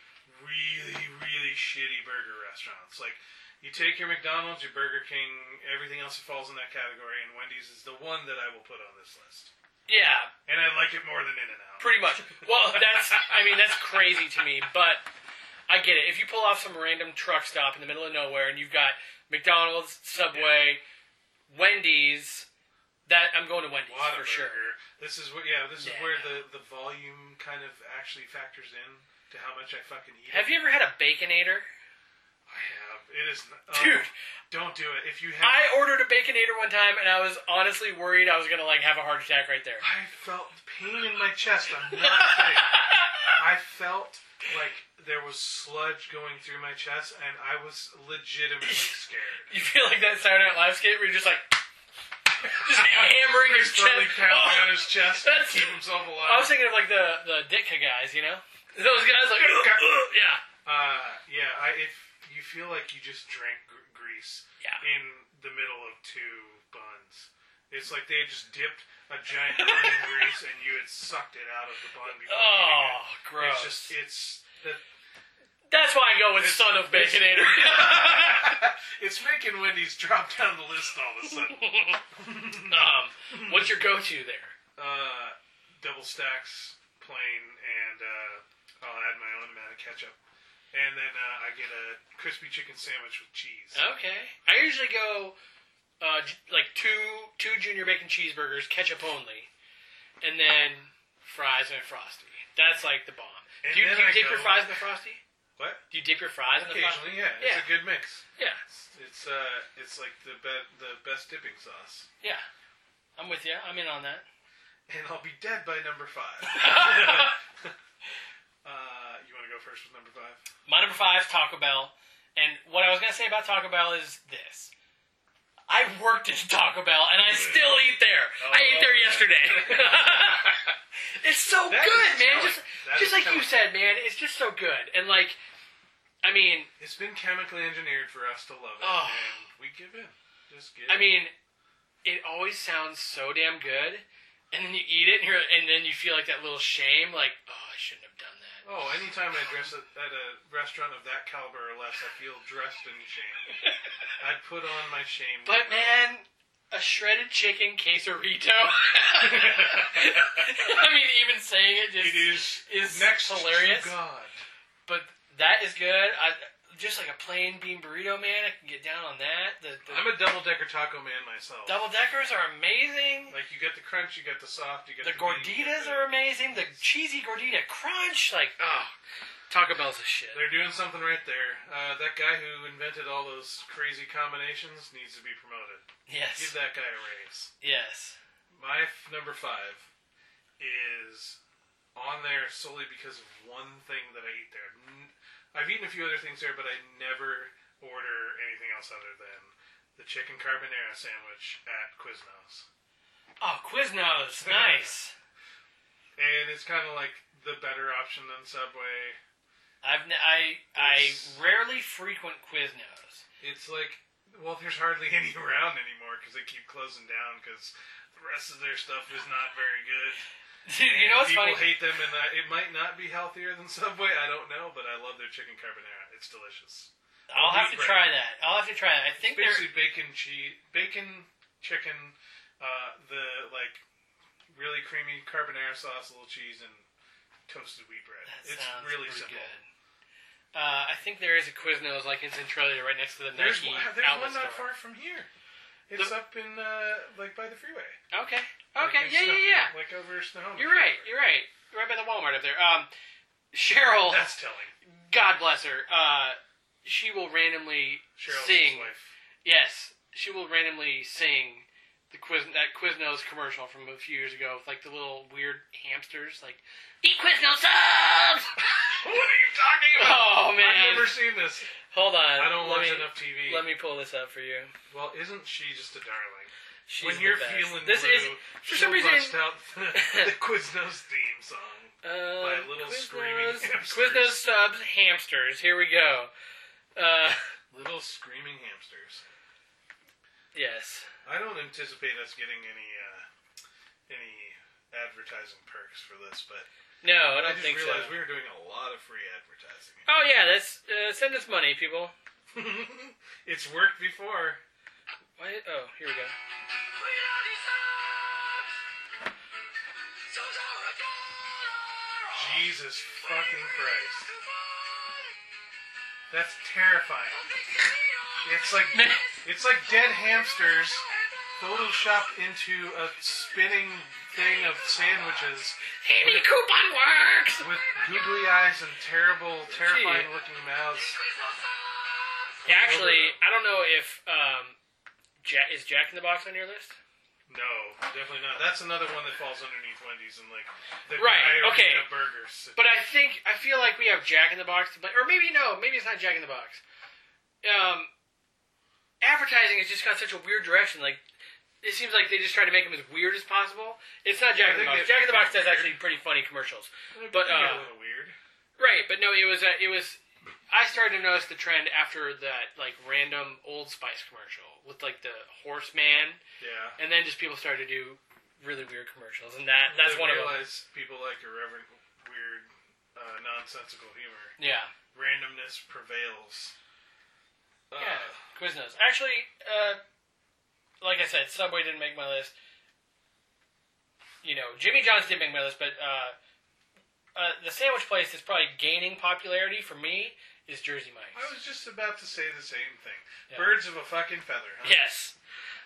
[SPEAKER 1] really, really shitty burger restaurants. Like, you take your McDonald's, your Burger King, everything else that falls in that category, and Wendy's is the one that I will put on this list.
[SPEAKER 5] Yeah,
[SPEAKER 1] And I like it more than In and Out.
[SPEAKER 5] Pretty much. Well, that's I mean that's crazy to me, but I get it. If you pull off some random truck stop in the middle of nowhere and you've got McDonald's, Subway, Wendy's, that I'm going to Wendy's for sure.
[SPEAKER 1] Whataburger. This is where yeah, this is
[SPEAKER 5] Yeah.
[SPEAKER 1] where the, the volume kind of actually factors in to how much I fucking eat.
[SPEAKER 5] Have you ever had a baconator?
[SPEAKER 1] I have. It is n- oh,
[SPEAKER 5] Dude.
[SPEAKER 1] Don't do it. If you have,
[SPEAKER 5] I ordered a baconator one time and I was honestly worried I was going to like have a heart attack right there.
[SPEAKER 1] I felt pain in my chest. I'm not kidding. I felt like there was sludge going through my chest, and I was legitimately scared.
[SPEAKER 5] You feel like that Saturday Night Live skit where you're just like just hammering his
[SPEAKER 1] He's totally
[SPEAKER 5] chest.
[SPEAKER 1] pounding
[SPEAKER 5] Oh,
[SPEAKER 1] on his chest to
[SPEAKER 5] that's-
[SPEAKER 1] keep
[SPEAKER 5] I
[SPEAKER 1] himself
[SPEAKER 5] was
[SPEAKER 1] alive.
[SPEAKER 5] thinking of like the the Ditka guys, you know, those guys like yeah.
[SPEAKER 1] Uh, yeah, I, if you feel like you just drank gr- grease
[SPEAKER 5] Yeah.
[SPEAKER 1] in the middle of two buns. It's like they had just dipped a giant bun in grease and you had sucked it out of the bun before
[SPEAKER 5] Oh,
[SPEAKER 1] eating it.
[SPEAKER 5] gross.
[SPEAKER 1] It's just it's the,
[SPEAKER 5] That's why I go with Son of Baconator.
[SPEAKER 1] it's making Wendy's drop down the list all of a sudden.
[SPEAKER 5] um, what's your go-to there?
[SPEAKER 1] Uh, double stacks, plain, and uh, I'll add my own amount of ketchup. And then uh, I get a crispy chicken sandwich with cheese.
[SPEAKER 5] Okay. I usually go uh, j- like two two junior bacon cheeseburgers, ketchup only, and then fries and a frosty. That's like the bomb.
[SPEAKER 1] And
[SPEAKER 5] Do you,
[SPEAKER 1] then
[SPEAKER 5] do you
[SPEAKER 1] I
[SPEAKER 5] dip
[SPEAKER 1] go-
[SPEAKER 5] your fries in the frosty?
[SPEAKER 1] What?
[SPEAKER 5] Do you dip your fries in the frosty?
[SPEAKER 1] Occasionally, yeah, it's
[SPEAKER 5] Yeah.
[SPEAKER 1] a good mix.
[SPEAKER 5] Yeah,
[SPEAKER 1] It's uh, it's like the be- the best dipping sauce.
[SPEAKER 5] yeah. I'm with you. I'm in on that.
[SPEAKER 1] And I'll be dead by number five. uh, you want to go first with number five?
[SPEAKER 5] My number five is Taco Bell. And what I was going to say about Taco Bell is this. I worked at Taco Bell and I still eat there.
[SPEAKER 1] Oh,
[SPEAKER 5] I ate there yesterday. it's so
[SPEAKER 1] That
[SPEAKER 5] good,
[SPEAKER 1] is
[SPEAKER 5] man.
[SPEAKER 1] telling.
[SPEAKER 5] Just,
[SPEAKER 1] That
[SPEAKER 5] just
[SPEAKER 1] is
[SPEAKER 5] like you
[SPEAKER 1] telling.
[SPEAKER 5] said, man. It's just so good. And like, I mean,
[SPEAKER 1] It's been chemically engineered for us to love it,
[SPEAKER 5] Oh.
[SPEAKER 1] and we give in. Just give.
[SPEAKER 5] I mean, it always sounds so damn good. And then you eat it and, you're, and then you feel like that little shame, like, oh, I shouldn't have done that.
[SPEAKER 1] oh, anytime I dress at, at a restaurant of that caliber or less, I feel dressed in shame. I put on my shame.
[SPEAKER 5] But man, a shredded chicken quesarito. I mean, even saying it just
[SPEAKER 1] it is
[SPEAKER 5] is
[SPEAKER 1] next
[SPEAKER 5] hilarious.
[SPEAKER 1] To God.
[SPEAKER 5] But that is good. I just like a plain bean burrito, man. I can get down on that. The, the
[SPEAKER 1] I'm a double decker taco man myself.
[SPEAKER 5] double deckers are amazing.
[SPEAKER 1] Like you get the crunch, you get the soft, you get
[SPEAKER 5] The
[SPEAKER 1] the, meat.
[SPEAKER 5] gorditas are amazing. The cheesy gordita crunch, like oh, Taco Bell's a shit.
[SPEAKER 1] They're doing something right there. Uh, that guy who invented all those crazy combinations needs to be promoted. Give
[SPEAKER 5] Yes,
[SPEAKER 1] that guy a raise.
[SPEAKER 5] yes.
[SPEAKER 1] My f- number five is on there solely because of one thing that I eat there. N- I've eaten a few other things there, but I never order anything else other than the chicken carbonara sandwich at Quiznos.
[SPEAKER 5] Oh, Quiznos, nice.
[SPEAKER 1] And it's kind of like the better option than Subway.
[SPEAKER 5] I've n- I I
[SPEAKER 1] Yes.
[SPEAKER 5] rarely frequent Quiznos.
[SPEAKER 1] It's like, well, there's hardly any around anymore because they keep closing down because the rest of their stuff is not very good.
[SPEAKER 5] Dude, you know what's
[SPEAKER 1] People
[SPEAKER 5] funny?
[SPEAKER 1] hate them, and uh, it might not be healthier than Subway. I don't know, but I love their chicken carbonara. It's delicious.
[SPEAKER 5] I'll have to try
[SPEAKER 1] bread.
[SPEAKER 5] that. I'll have to try that. I think they're
[SPEAKER 1] Basically, bacon, cheese, bacon, chicken, uh, the like really creamy carbonara sauce, a little cheese, and toasted wheat bread.
[SPEAKER 5] that
[SPEAKER 1] it's
[SPEAKER 5] sounds
[SPEAKER 1] really
[SPEAKER 5] pretty
[SPEAKER 1] simple.
[SPEAKER 5] good. Uh, I think there is a Quiznos like in Centralia, right next to the
[SPEAKER 1] There's
[SPEAKER 5] Nike
[SPEAKER 1] one, there's
[SPEAKER 5] outlet
[SPEAKER 1] one not
[SPEAKER 5] store.
[SPEAKER 1] far from here. It's
[SPEAKER 5] The-
[SPEAKER 1] up in uh, like by the freeway.
[SPEAKER 5] Okay.
[SPEAKER 1] Like
[SPEAKER 5] Okay.
[SPEAKER 1] in
[SPEAKER 5] Yeah.
[SPEAKER 1] Snow-
[SPEAKER 5] Yeah. Yeah.
[SPEAKER 1] Like over Snohomish.
[SPEAKER 5] You're right. You're right. Right by the Walmart up there. Um, Cheryl,
[SPEAKER 1] That's telling.
[SPEAKER 5] God bless her. Uh, she will randomly
[SPEAKER 1] Cheryl's
[SPEAKER 5] sing.
[SPEAKER 1] wife.
[SPEAKER 5] Yes, she will randomly sing the Quiz that Quiznos commercial from a few years ago with like the little weird hamsters, like eat Quiznos subs.
[SPEAKER 1] What are you talking
[SPEAKER 5] oh
[SPEAKER 1] about?
[SPEAKER 5] man!
[SPEAKER 1] I've never seen this.
[SPEAKER 5] Hold on.
[SPEAKER 1] I don't
[SPEAKER 5] let
[SPEAKER 1] watch
[SPEAKER 5] me,
[SPEAKER 1] enough TV.
[SPEAKER 5] Let me pull this up for you.
[SPEAKER 1] Well, isn't she just a darling?
[SPEAKER 5] She's
[SPEAKER 1] when
[SPEAKER 5] the
[SPEAKER 1] you're
[SPEAKER 5] best.
[SPEAKER 1] feeling
[SPEAKER 5] this
[SPEAKER 1] blue,
[SPEAKER 5] is for some
[SPEAKER 1] she'll
[SPEAKER 5] reason
[SPEAKER 1] bust out the, the Quiznos theme song.
[SPEAKER 5] uh,
[SPEAKER 1] by little
[SPEAKER 5] Quiznos,
[SPEAKER 1] screaming hamsters.
[SPEAKER 5] Quiznos subs hamsters. Here we go. Uh,
[SPEAKER 1] Little screaming hamsters.
[SPEAKER 5] yes.
[SPEAKER 1] I don't anticipate us getting any uh, any advertising perks for this, but
[SPEAKER 5] No, I
[SPEAKER 1] I
[SPEAKER 5] don't
[SPEAKER 1] just
[SPEAKER 5] think so.
[SPEAKER 1] realized we were doing a lot of free advertising.
[SPEAKER 5] Oh yeah, that's uh, send us money, people.
[SPEAKER 1] it's worked before.
[SPEAKER 5] Why? Oh, here we go.
[SPEAKER 1] Jesus fucking Christ. That's terrifying. It's like it's like dead hamsters photoshopped into a spinning thing of sandwiches
[SPEAKER 5] Any coupon works.
[SPEAKER 1] with googly eyes and terrible, terrifying looking mouths.
[SPEAKER 5] Actually, I don't know if um, Jack is Jack in the Box on your list.
[SPEAKER 1] No, definitely not. That's another one that falls underneath Wendy's and like the
[SPEAKER 5] Right,
[SPEAKER 1] irony
[SPEAKER 5] okay.
[SPEAKER 1] of burgers.
[SPEAKER 5] But I think I feel like we have Jack in the Box, but or maybe no, maybe it's not Jack in the Box. Um, advertising has just gone such a weird direction. Like it seems like they just try to make them as weird as possible. It's not Jack in
[SPEAKER 1] I
[SPEAKER 5] the
[SPEAKER 1] think
[SPEAKER 5] Box.
[SPEAKER 1] they-
[SPEAKER 5] Jack in the Box does
[SPEAKER 1] they're
[SPEAKER 5] actually pretty funny commercials. but,
[SPEAKER 1] That'd be
[SPEAKER 5] uh,
[SPEAKER 1] a little weird.
[SPEAKER 5] Right, but no, it was uh, it was. I started to notice the trend after that like random Old Spice commercial with like the horseman,
[SPEAKER 1] Yeah.
[SPEAKER 5] and then just people started to do really weird commercials, and that that's
[SPEAKER 1] I
[SPEAKER 5] one of them.
[SPEAKER 1] realize people like irreverent, weird, uh, nonsensical humor.
[SPEAKER 5] Yeah,
[SPEAKER 1] Randomness prevails. Uh,
[SPEAKER 5] yeah. Quiznos. Actually, uh, like I said, Subway didn't make my list. You know, Jimmy John's did make my list, but uh, uh, the sandwich place that's probably gaining popularity for me is Jersey Mike's.
[SPEAKER 1] I was just about to say the same thing.
[SPEAKER 5] Yeah.
[SPEAKER 1] Birds of a fucking feather. Huh?
[SPEAKER 5] Yes,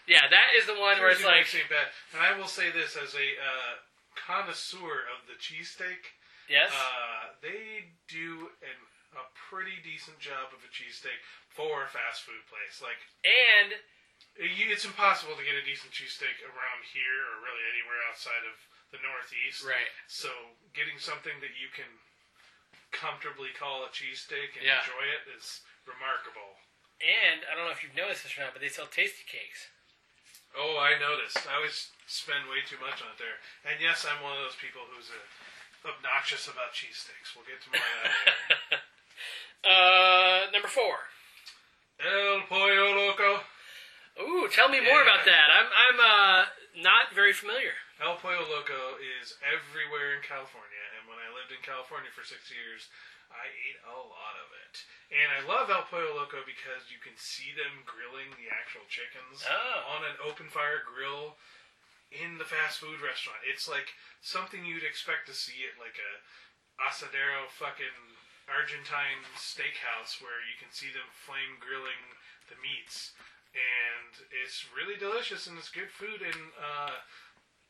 [SPEAKER 5] yeah, that is the one where it's
[SPEAKER 1] Jersey
[SPEAKER 5] like,
[SPEAKER 1] Mike's ain't bad. And I will say this as a uh, connoisseur of the cheesesteak,
[SPEAKER 5] yes.
[SPEAKER 1] uh, they do an, a pretty decent job of a cheesesteak for a fast food place. Like,
[SPEAKER 5] And
[SPEAKER 1] you, it's impossible to get a decent cheesesteak around here or really anywhere outside of the Northeast.
[SPEAKER 5] right,
[SPEAKER 1] So, getting something that you can comfortably call a cheesesteak and
[SPEAKER 5] Yeah.
[SPEAKER 1] enjoy it is remarkable.
[SPEAKER 5] and I don't know if you've noticed this or not, but they sell tasty cakes.
[SPEAKER 1] Oh, I noticed. I always spend way too much on it there. And yes, I'm one of those people who's uh obnoxious about cheesesteaks. We'll get to more of that later.
[SPEAKER 5] Uh, number four.
[SPEAKER 1] El Pollo Loco.
[SPEAKER 5] Ooh, tell me more
[SPEAKER 1] Yeah.
[SPEAKER 5] about that. I'm I'm uh not very familiar.
[SPEAKER 1] El Pollo Loco is everywhere in California, and when I lived in California for six years, I ate a lot of it. And I love El Pollo Loco because you can see them grilling the actual chickens
[SPEAKER 5] Oh.
[SPEAKER 1] on an open fire grill in the fast food restaurant. It's like something you'd expect to see at like a asadero fucking Argentine steakhouse where you can see them flame grilling the meats. And it's really delicious and it's good food and uh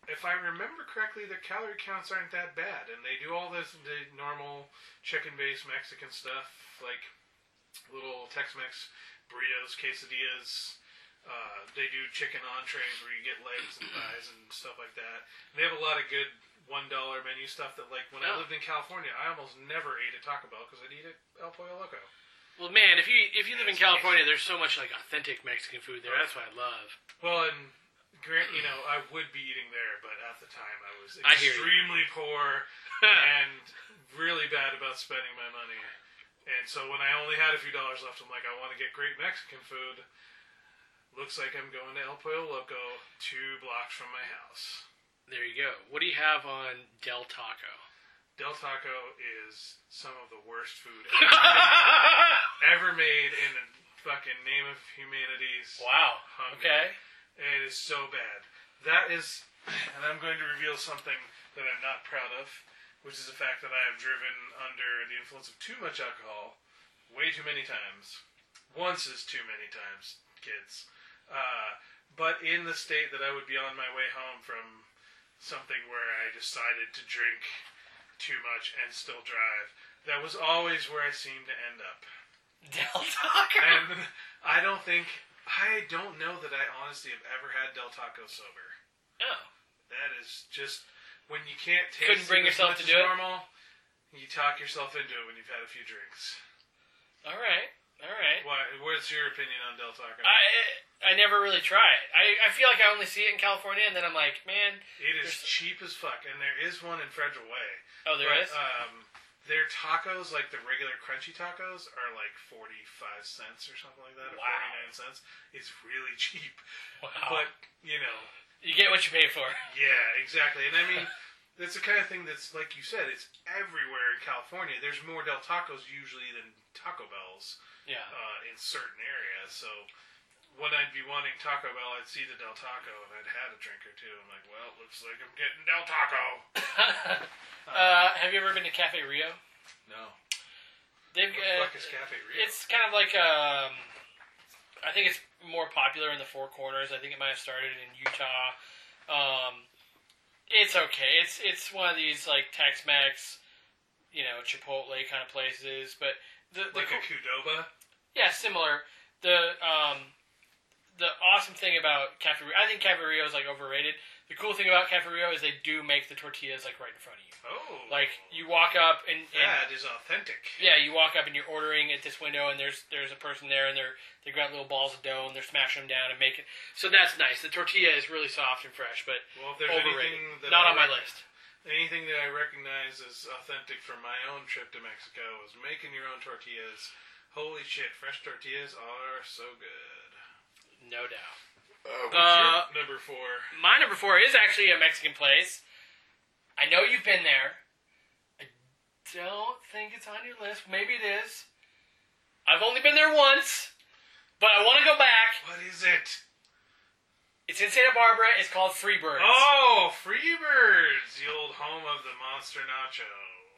[SPEAKER 1] if I remember correctly, their calorie counts aren't that bad, and they do all this the normal chicken-based Mexican stuff, like little Tex-Mex burritos, quesadillas. Uh, they do chicken entrees where you get legs and thighs and stuff like that. And they have a lot of good one dollar menu stuff that, like,
[SPEAKER 5] Oh.
[SPEAKER 1] when I lived in California, I almost never ate at Taco Bell because I'd eat at El Pollo Loco.
[SPEAKER 5] Well, man, if you if you live in California, there's so much like authentic Mexican food there. That's what I love.
[SPEAKER 1] Well, and grant you know, I would be eating there, but at the time I was
[SPEAKER 5] I hear you.
[SPEAKER 1] extremely poor and really bad about spending my money. And so when I only had a few dollars left, I'm like, I want to get great Mexican food. Looks like I'm going to El Pollo Loco, two blocks from my house.
[SPEAKER 5] There you go. What do you have on Del Taco?
[SPEAKER 1] Del Taco is some of the worst food ever, ever made in the fucking name of humanity's.
[SPEAKER 5] wow.
[SPEAKER 1] Hungry.
[SPEAKER 5] Okay.
[SPEAKER 1] It is so bad. That is, and I'm going to reveal something that I'm not proud of, which is the fact that I have driven under the influence of too much alcohol way too many times. Once is too many times, kids. Uh, but in the state that I would be on my way home from something where I decided to drink too much and still drive, that was always where I seemed to end up
[SPEAKER 5] Del Taco.
[SPEAKER 1] and I don't think I don't know that I honestly have ever had Del Taco sober.
[SPEAKER 5] Oh.
[SPEAKER 1] That is just when you can't taste
[SPEAKER 5] Couldn't bring
[SPEAKER 1] it as
[SPEAKER 5] yourself
[SPEAKER 1] much
[SPEAKER 5] to do
[SPEAKER 1] as
[SPEAKER 5] it?
[SPEAKER 1] normal. You talk yourself into it when you've had a few drinks.
[SPEAKER 5] All right. All right.
[SPEAKER 1] Why, what's your opinion on Del Taco?
[SPEAKER 5] I I never really try it. I, I feel like I only see it in California, and then I'm like, man,
[SPEAKER 1] it is
[SPEAKER 5] there's-
[SPEAKER 1] cheap as fuck, and there is one in Federal Way.
[SPEAKER 5] oh, there is.
[SPEAKER 1] but, Um, their tacos, like the regular crunchy tacos, are like forty-five cents or something like that,
[SPEAKER 5] Wow.
[SPEAKER 1] or forty-nine cents. It's really cheap,
[SPEAKER 5] wow.
[SPEAKER 1] but you know,
[SPEAKER 5] you get what you pay for.
[SPEAKER 1] Yeah, exactly. And I mean, that's the kind of thing that's like you said, it's everywhere in California. There's more Del Tacos usually than Taco Bells
[SPEAKER 5] Yeah.
[SPEAKER 1] uh, in certain areas. So when I'd be wanting Taco Bell, I'd see the Del Taco and I'd had a drink or two. I'm like, well, looks like I'm getting Del Taco.
[SPEAKER 5] uh, have you ever been to Cafe Rio?
[SPEAKER 1] No.
[SPEAKER 5] They've
[SPEAKER 1] What the
[SPEAKER 5] uh,
[SPEAKER 1] fuck is Cafe Rio?
[SPEAKER 5] it's kind of like um, I think it's more popular in the Four Corners. I think it might have started in Utah. Um, it's okay. It's it's one of these like Tex-Mex, you know, Chipotle kind of places. But the, the
[SPEAKER 1] like
[SPEAKER 5] cool-
[SPEAKER 1] a Qdoba?
[SPEAKER 5] Yeah, similar. The um, the awesome thing about Cafe Rio, I think Cafe Rio is like overrated. The cool thing about Cafe Rio is they do make the tortillas like right in front of you.
[SPEAKER 1] Oh.
[SPEAKER 5] Like you walk up and, and
[SPEAKER 1] That is authentic.
[SPEAKER 5] yeah, you walk up and you're ordering at this window, and there's there's a person there, and they're they've got little balls of dough, and they're smashing them down and making. So that's nice. The tortilla is really soft and fresh, but
[SPEAKER 1] Well, if there's
[SPEAKER 5] overrated.
[SPEAKER 1] anything that
[SPEAKER 5] Not
[SPEAKER 1] I
[SPEAKER 5] on my
[SPEAKER 1] rec-
[SPEAKER 5] list.
[SPEAKER 1] Anything that I recognize as authentic from my own trip to Mexico is making your own tortillas. Holy shit, fresh tortillas are so good.
[SPEAKER 5] No doubt.
[SPEAKER 1] Uh, what's
[SPEAKER 5] Uh,
[SPEAKER 1] your number four?
[SPEAKER 5] My number four is actually a Mexican place. I know you've been there. I don't think it's on your list. Maybe it is. I've only been there once, but I want to go back.
[SPEAKER 1] What is it?
[SPEAKER 5] It's in Santa Barbara. It's called Freebirds.
[SPEAKER 1] Oh, Freebirds, the old home of the monster nacho.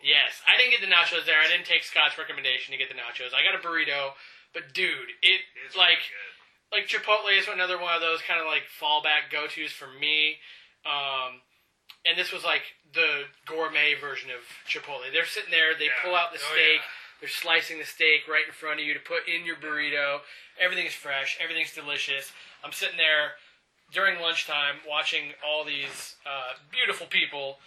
[SPEAKER 5] Yes, I didn't get the nachos there. I didn't take Scott's recommendation to get the nachos. I got a burrito, but dude, it
[SPEAKER 1] It's
[SPEAKER 5] like
[SPEAKER 1] pretty good.
[SPEAKER 5] like Chipotle is another one of those kind of like fallback go tos for me. Um, and this was like the gourmet version of Chipotle. They're sitting there, they
[SPEAKER 1] Yeah.
[SPEAKER 5] pull out the
[SPEAKER 1] Oh,
[SPEAKER 5] steak,
[SPEAKER 1] yeah.
[SPEAKER 5] they're slicing the steak right in front of you to put in your burrito. Everything's fresh, everything's delicious. I'm sitting there during lunchtime watching all these uh, beautiful people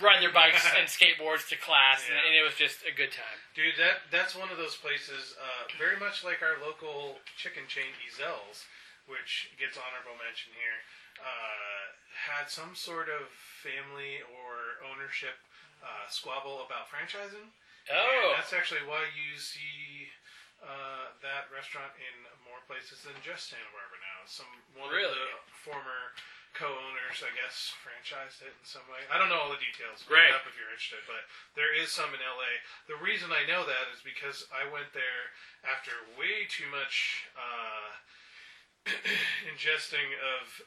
[SPEAKER 5] ride their bikes and skateboards to class,
[SPEAKER 1] Yeah.
[SPEAKER 5] and, and it was just a good time.
[SPEAKER 1] Dude, that that's one of those places, uh, very much like our local chicken chain Ezel's, which gets honorable mention here, uh, had some sort of family or ownership uh, squabble about franchising.
[SPEAKER 5] Oh,
[SPEAKER 1] And that's actually why you see uh, that restaurant in more places than just Santa Barbara now. Some one
[SPEAKER 5] Really?
[SPEAKER 1] of the former co-owners, I guess, franchised it in some way. I don't know all the details. Look
[SPEAKER 5] Right.
[SPEAKER 1] it up if you're interested, but there is some in LA. The reason I know that is because I went there after way too much uh, ingesting of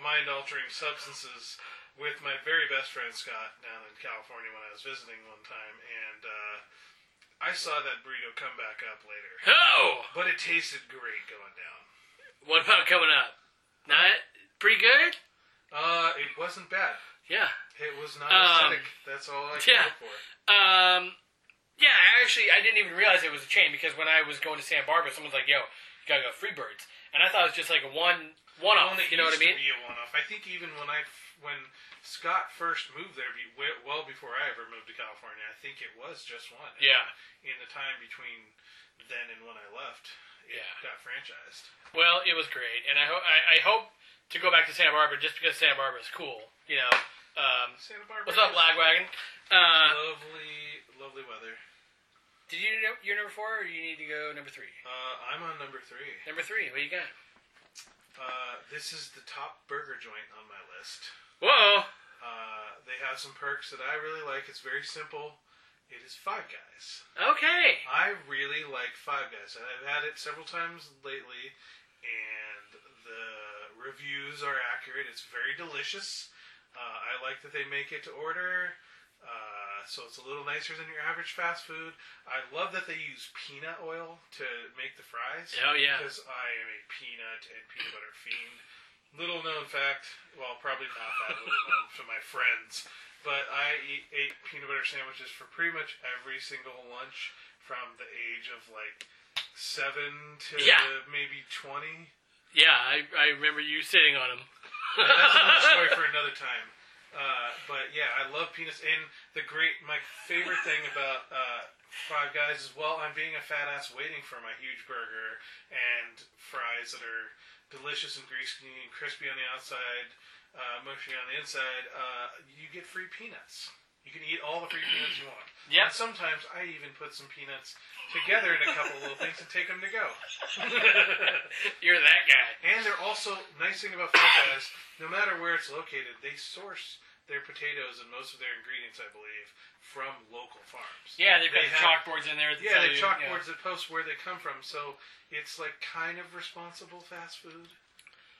[SPEAKER 1] mind-altering substances with my very best friend Scott down in California when I was visiting one time, and uh, I saw that burrito come back up later.
[SPEAKER 5] oh,
[SPEAKER 1] But it tasted great going down.
[SPEAKER 5] what about coming up? Not pretty good.
[SPEAKER 1] Uh, it wasn't bad.
[SPEAKER 5] Yeah.
[SPEAKER 1] It was not
[SPEAKER 5] Um,
[SPEAKER 1] acidic. That's all I can
[SPEAKER 5] yeah.
[SPEAKER 1] hope for.
[SPEAKER 5] Um, yeah, I actually, I didn't even realize it was a chain because when I was going to Santa Barbara, someone's like, "Yo, you gotta go Freebirds," and I thought it was just like a one one off.
[SPEAKER 1] Well, it
[SPEAKER 5] You know what I
[SPEAKER 1] used to
[SPEAKER 5] mean?
[SPEAKER 1] Be a one-off. I think even when I when Scott first moved there, be- we- well before I ever moved to California, I think it was just one.
[SPEAKER 5] Yeah.
[SPEAKER 1] In the time between then and when I left. It
[SPEAKER 5] Yeah.
[SPEAKER 1] got franchised.
[SPEAKER 5] Well, it was great, and I hope I, I hope to go back to Santa Barbara just because Santa Barbara's cool. You know, um,
[SPEAKER 1] Santa Barbara.
[SPEAKER 5] what's up,
[SPEAKER 1] is
[SPEAKER 5] Lagwagon? Uh,
[SPEAKER 1] Lovely, lovely weather.
[SPEAKER 5] did you know you're number four, or you need to go number three?
[SPEAKER 1] Uh, I'm on number three.
[SPEAKER 5] Number three, what you got?
[SPEAKER 1] Uh, this is the top burger joint on my list.
[SPEAKER 5] Whoa!
[SPEAKER 1] Uh, they have some perks that I really like. It's very simple. It is Five Guys.
[SPEAKER 5] Okay.
[SPEAKER 1] I really like Five Guys. and I've had it several times lately, and the reviews are accurate. It's very delicious. Uh, I like that they make it to order, uh, so it's a little nicer than your average fast food. I love that they use peanut oil to make the fries.
[SPEAKER 5] Oh yeah.
[SPEAKER 1] Because I am a peanut and peanut butter fiend. Little known fact, well, probably not that little known to my friends, but I eat, ate peanut butter sandwiches for pretty much every single lunch from the age of like seven to
[SPEAKER 5] Yeah.
[SPEAKER 1] maybe twenty.
[SPEAKER 5] Yeah, I, I remember you sitting on him.
[SPEAKER 1] That's another story for another time. Uh, but yeah, I love peanuts. And the great, my favorite thing about uh, Five Guys is, well, I'm being a fat ass waiting for my huge burger and fries that are delicious and greasy and crispy on the outside, uh, mushy on the inside. Uh, you get free peanuts. You can eat all the free peanuts you want.
[SPEAKER 5] Yep.
[SPEAKER 1] And sometimes I even put some peanuts together in a couple little things and take them to go.
[SPEAKER 5] You're that guy.
[SPEAKER 1] And they're also nice thing about Five Guys, no matter where it's located, they source their potatoes and most of their ingredients, I believe, from local farms.
[SPEAKER 5] Yeah, they've got
[SPEAKER 1] They
[SPEAKER 5] the
[SPEAKER 1] have-
[SPEAKER 5] chalkboards in there. that
[SPEAKER 1] Yeah,
[SPEAKER 5] tell
[SPEAKER 1] the
[SPEAKER 5] you,
[SPEAKER 1] chalkboards that post where they come from, so it's like kind of responsible fast food.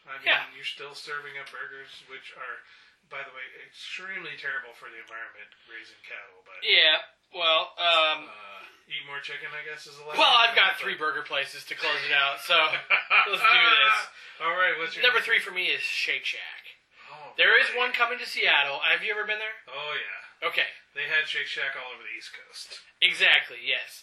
[SPEAKER 1] I mean,
[SPEAKER 5] Yeah.
[SPEAKER 1] you're still serving up burgers, which are, by the way, extremely terrible for the environment, raising cattle. But
[SPEAKER 5] Yeah. yeah. Well, um,
[SPEAKER 1] uh, eat more chicken, I guess, is a lot.
[SPEAKER 5] well, I've got three burger places to close it out, so let's do this.
[SPEAKER 1] All right, what's your
[SPEAKER 5] Number three for me is Shake Shack.
[SPEAKER 1] Oh,
[SPEAKER 5] There is
[SPEAKER 1] boy.
[SPEAKER 5] one coming to Seattle. Have you ever been there?
[SPEAKER 1] Oh yeah.
[SPEAKER 5] Okay,
[SPEAKER 1] They had Shake Shack all over the East Coast.
[SPEAKER 5] exactly. Yes.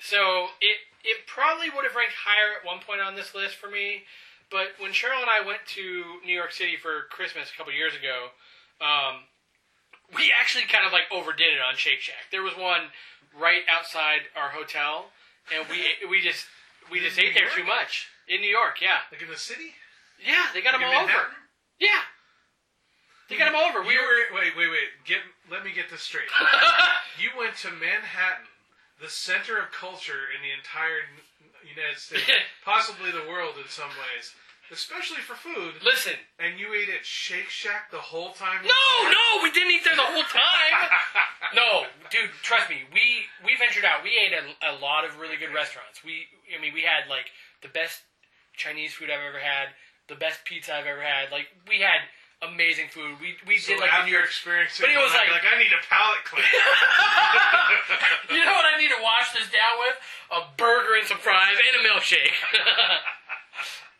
[SPEAKER 5] So it it probably would have ranked higher at one point on this list for me, but when Cheryl and I went to New York City for Christmas a couple years ago, um, we actually kind of like overdid it on Shake Shack. There was one right outside our hotel, and we we just we
[SPEAKER 1] In
[SPEAKER 5] just
[SPEAKER 1] New
[SPEAKER 5] ate there
[SPEAKER 1] York?
[SPEAKER 5] too much in New York. Yeah,
[SPEAKER 1] Like in the city?
[SPEAKER 5] yeah, they got
[SPEAKER 1] Like
[SPEAKER 5] them
[SPEAKER 1] in
[SPEAKER 5] all over. Hmm.
[SPEAKER 1] Manhattan?
[SPEAKER 5] Yeah, they got them all over. We
[SPEAKER 1] you
[SPEAKER 5] were
[SPEAKER 1] were wait, wait, wait. Get let me get this straight. you went to Manhattan, the center of culture in the entire United States, possibly the world in some ways, especially for food.
[SPEAKER 5] listen.
[SPEAKER 1] And you ate at Shake Shack the whole time. you
[SPEAKER 5] No,
[SPEAKER 1] were there?
[SPEAKER 5] no, we didn't eat there the whole time. No, dude, trust me. We we ventured out. We ate a, a lot of really good restaurants. We, I mean, we had like the best Chinese food I've ever had, the best pizza I've ever had. Like we had amazing food. We we
[SPEAKER 1] So
[SPEAKER 5] did like
[SPEAKER 1] after
[SPEAKER 5] New
[SPEAKER 1] your
[SPEAKER 5] York.
[SPEAKER 1] experience,
[SPEAKER 5] But it was like-
[SPEAKER 1] like I need a palate cleanser.
[SPEAKER 5] You know what I need to wash this down with? A burger and some fries and a milkshake.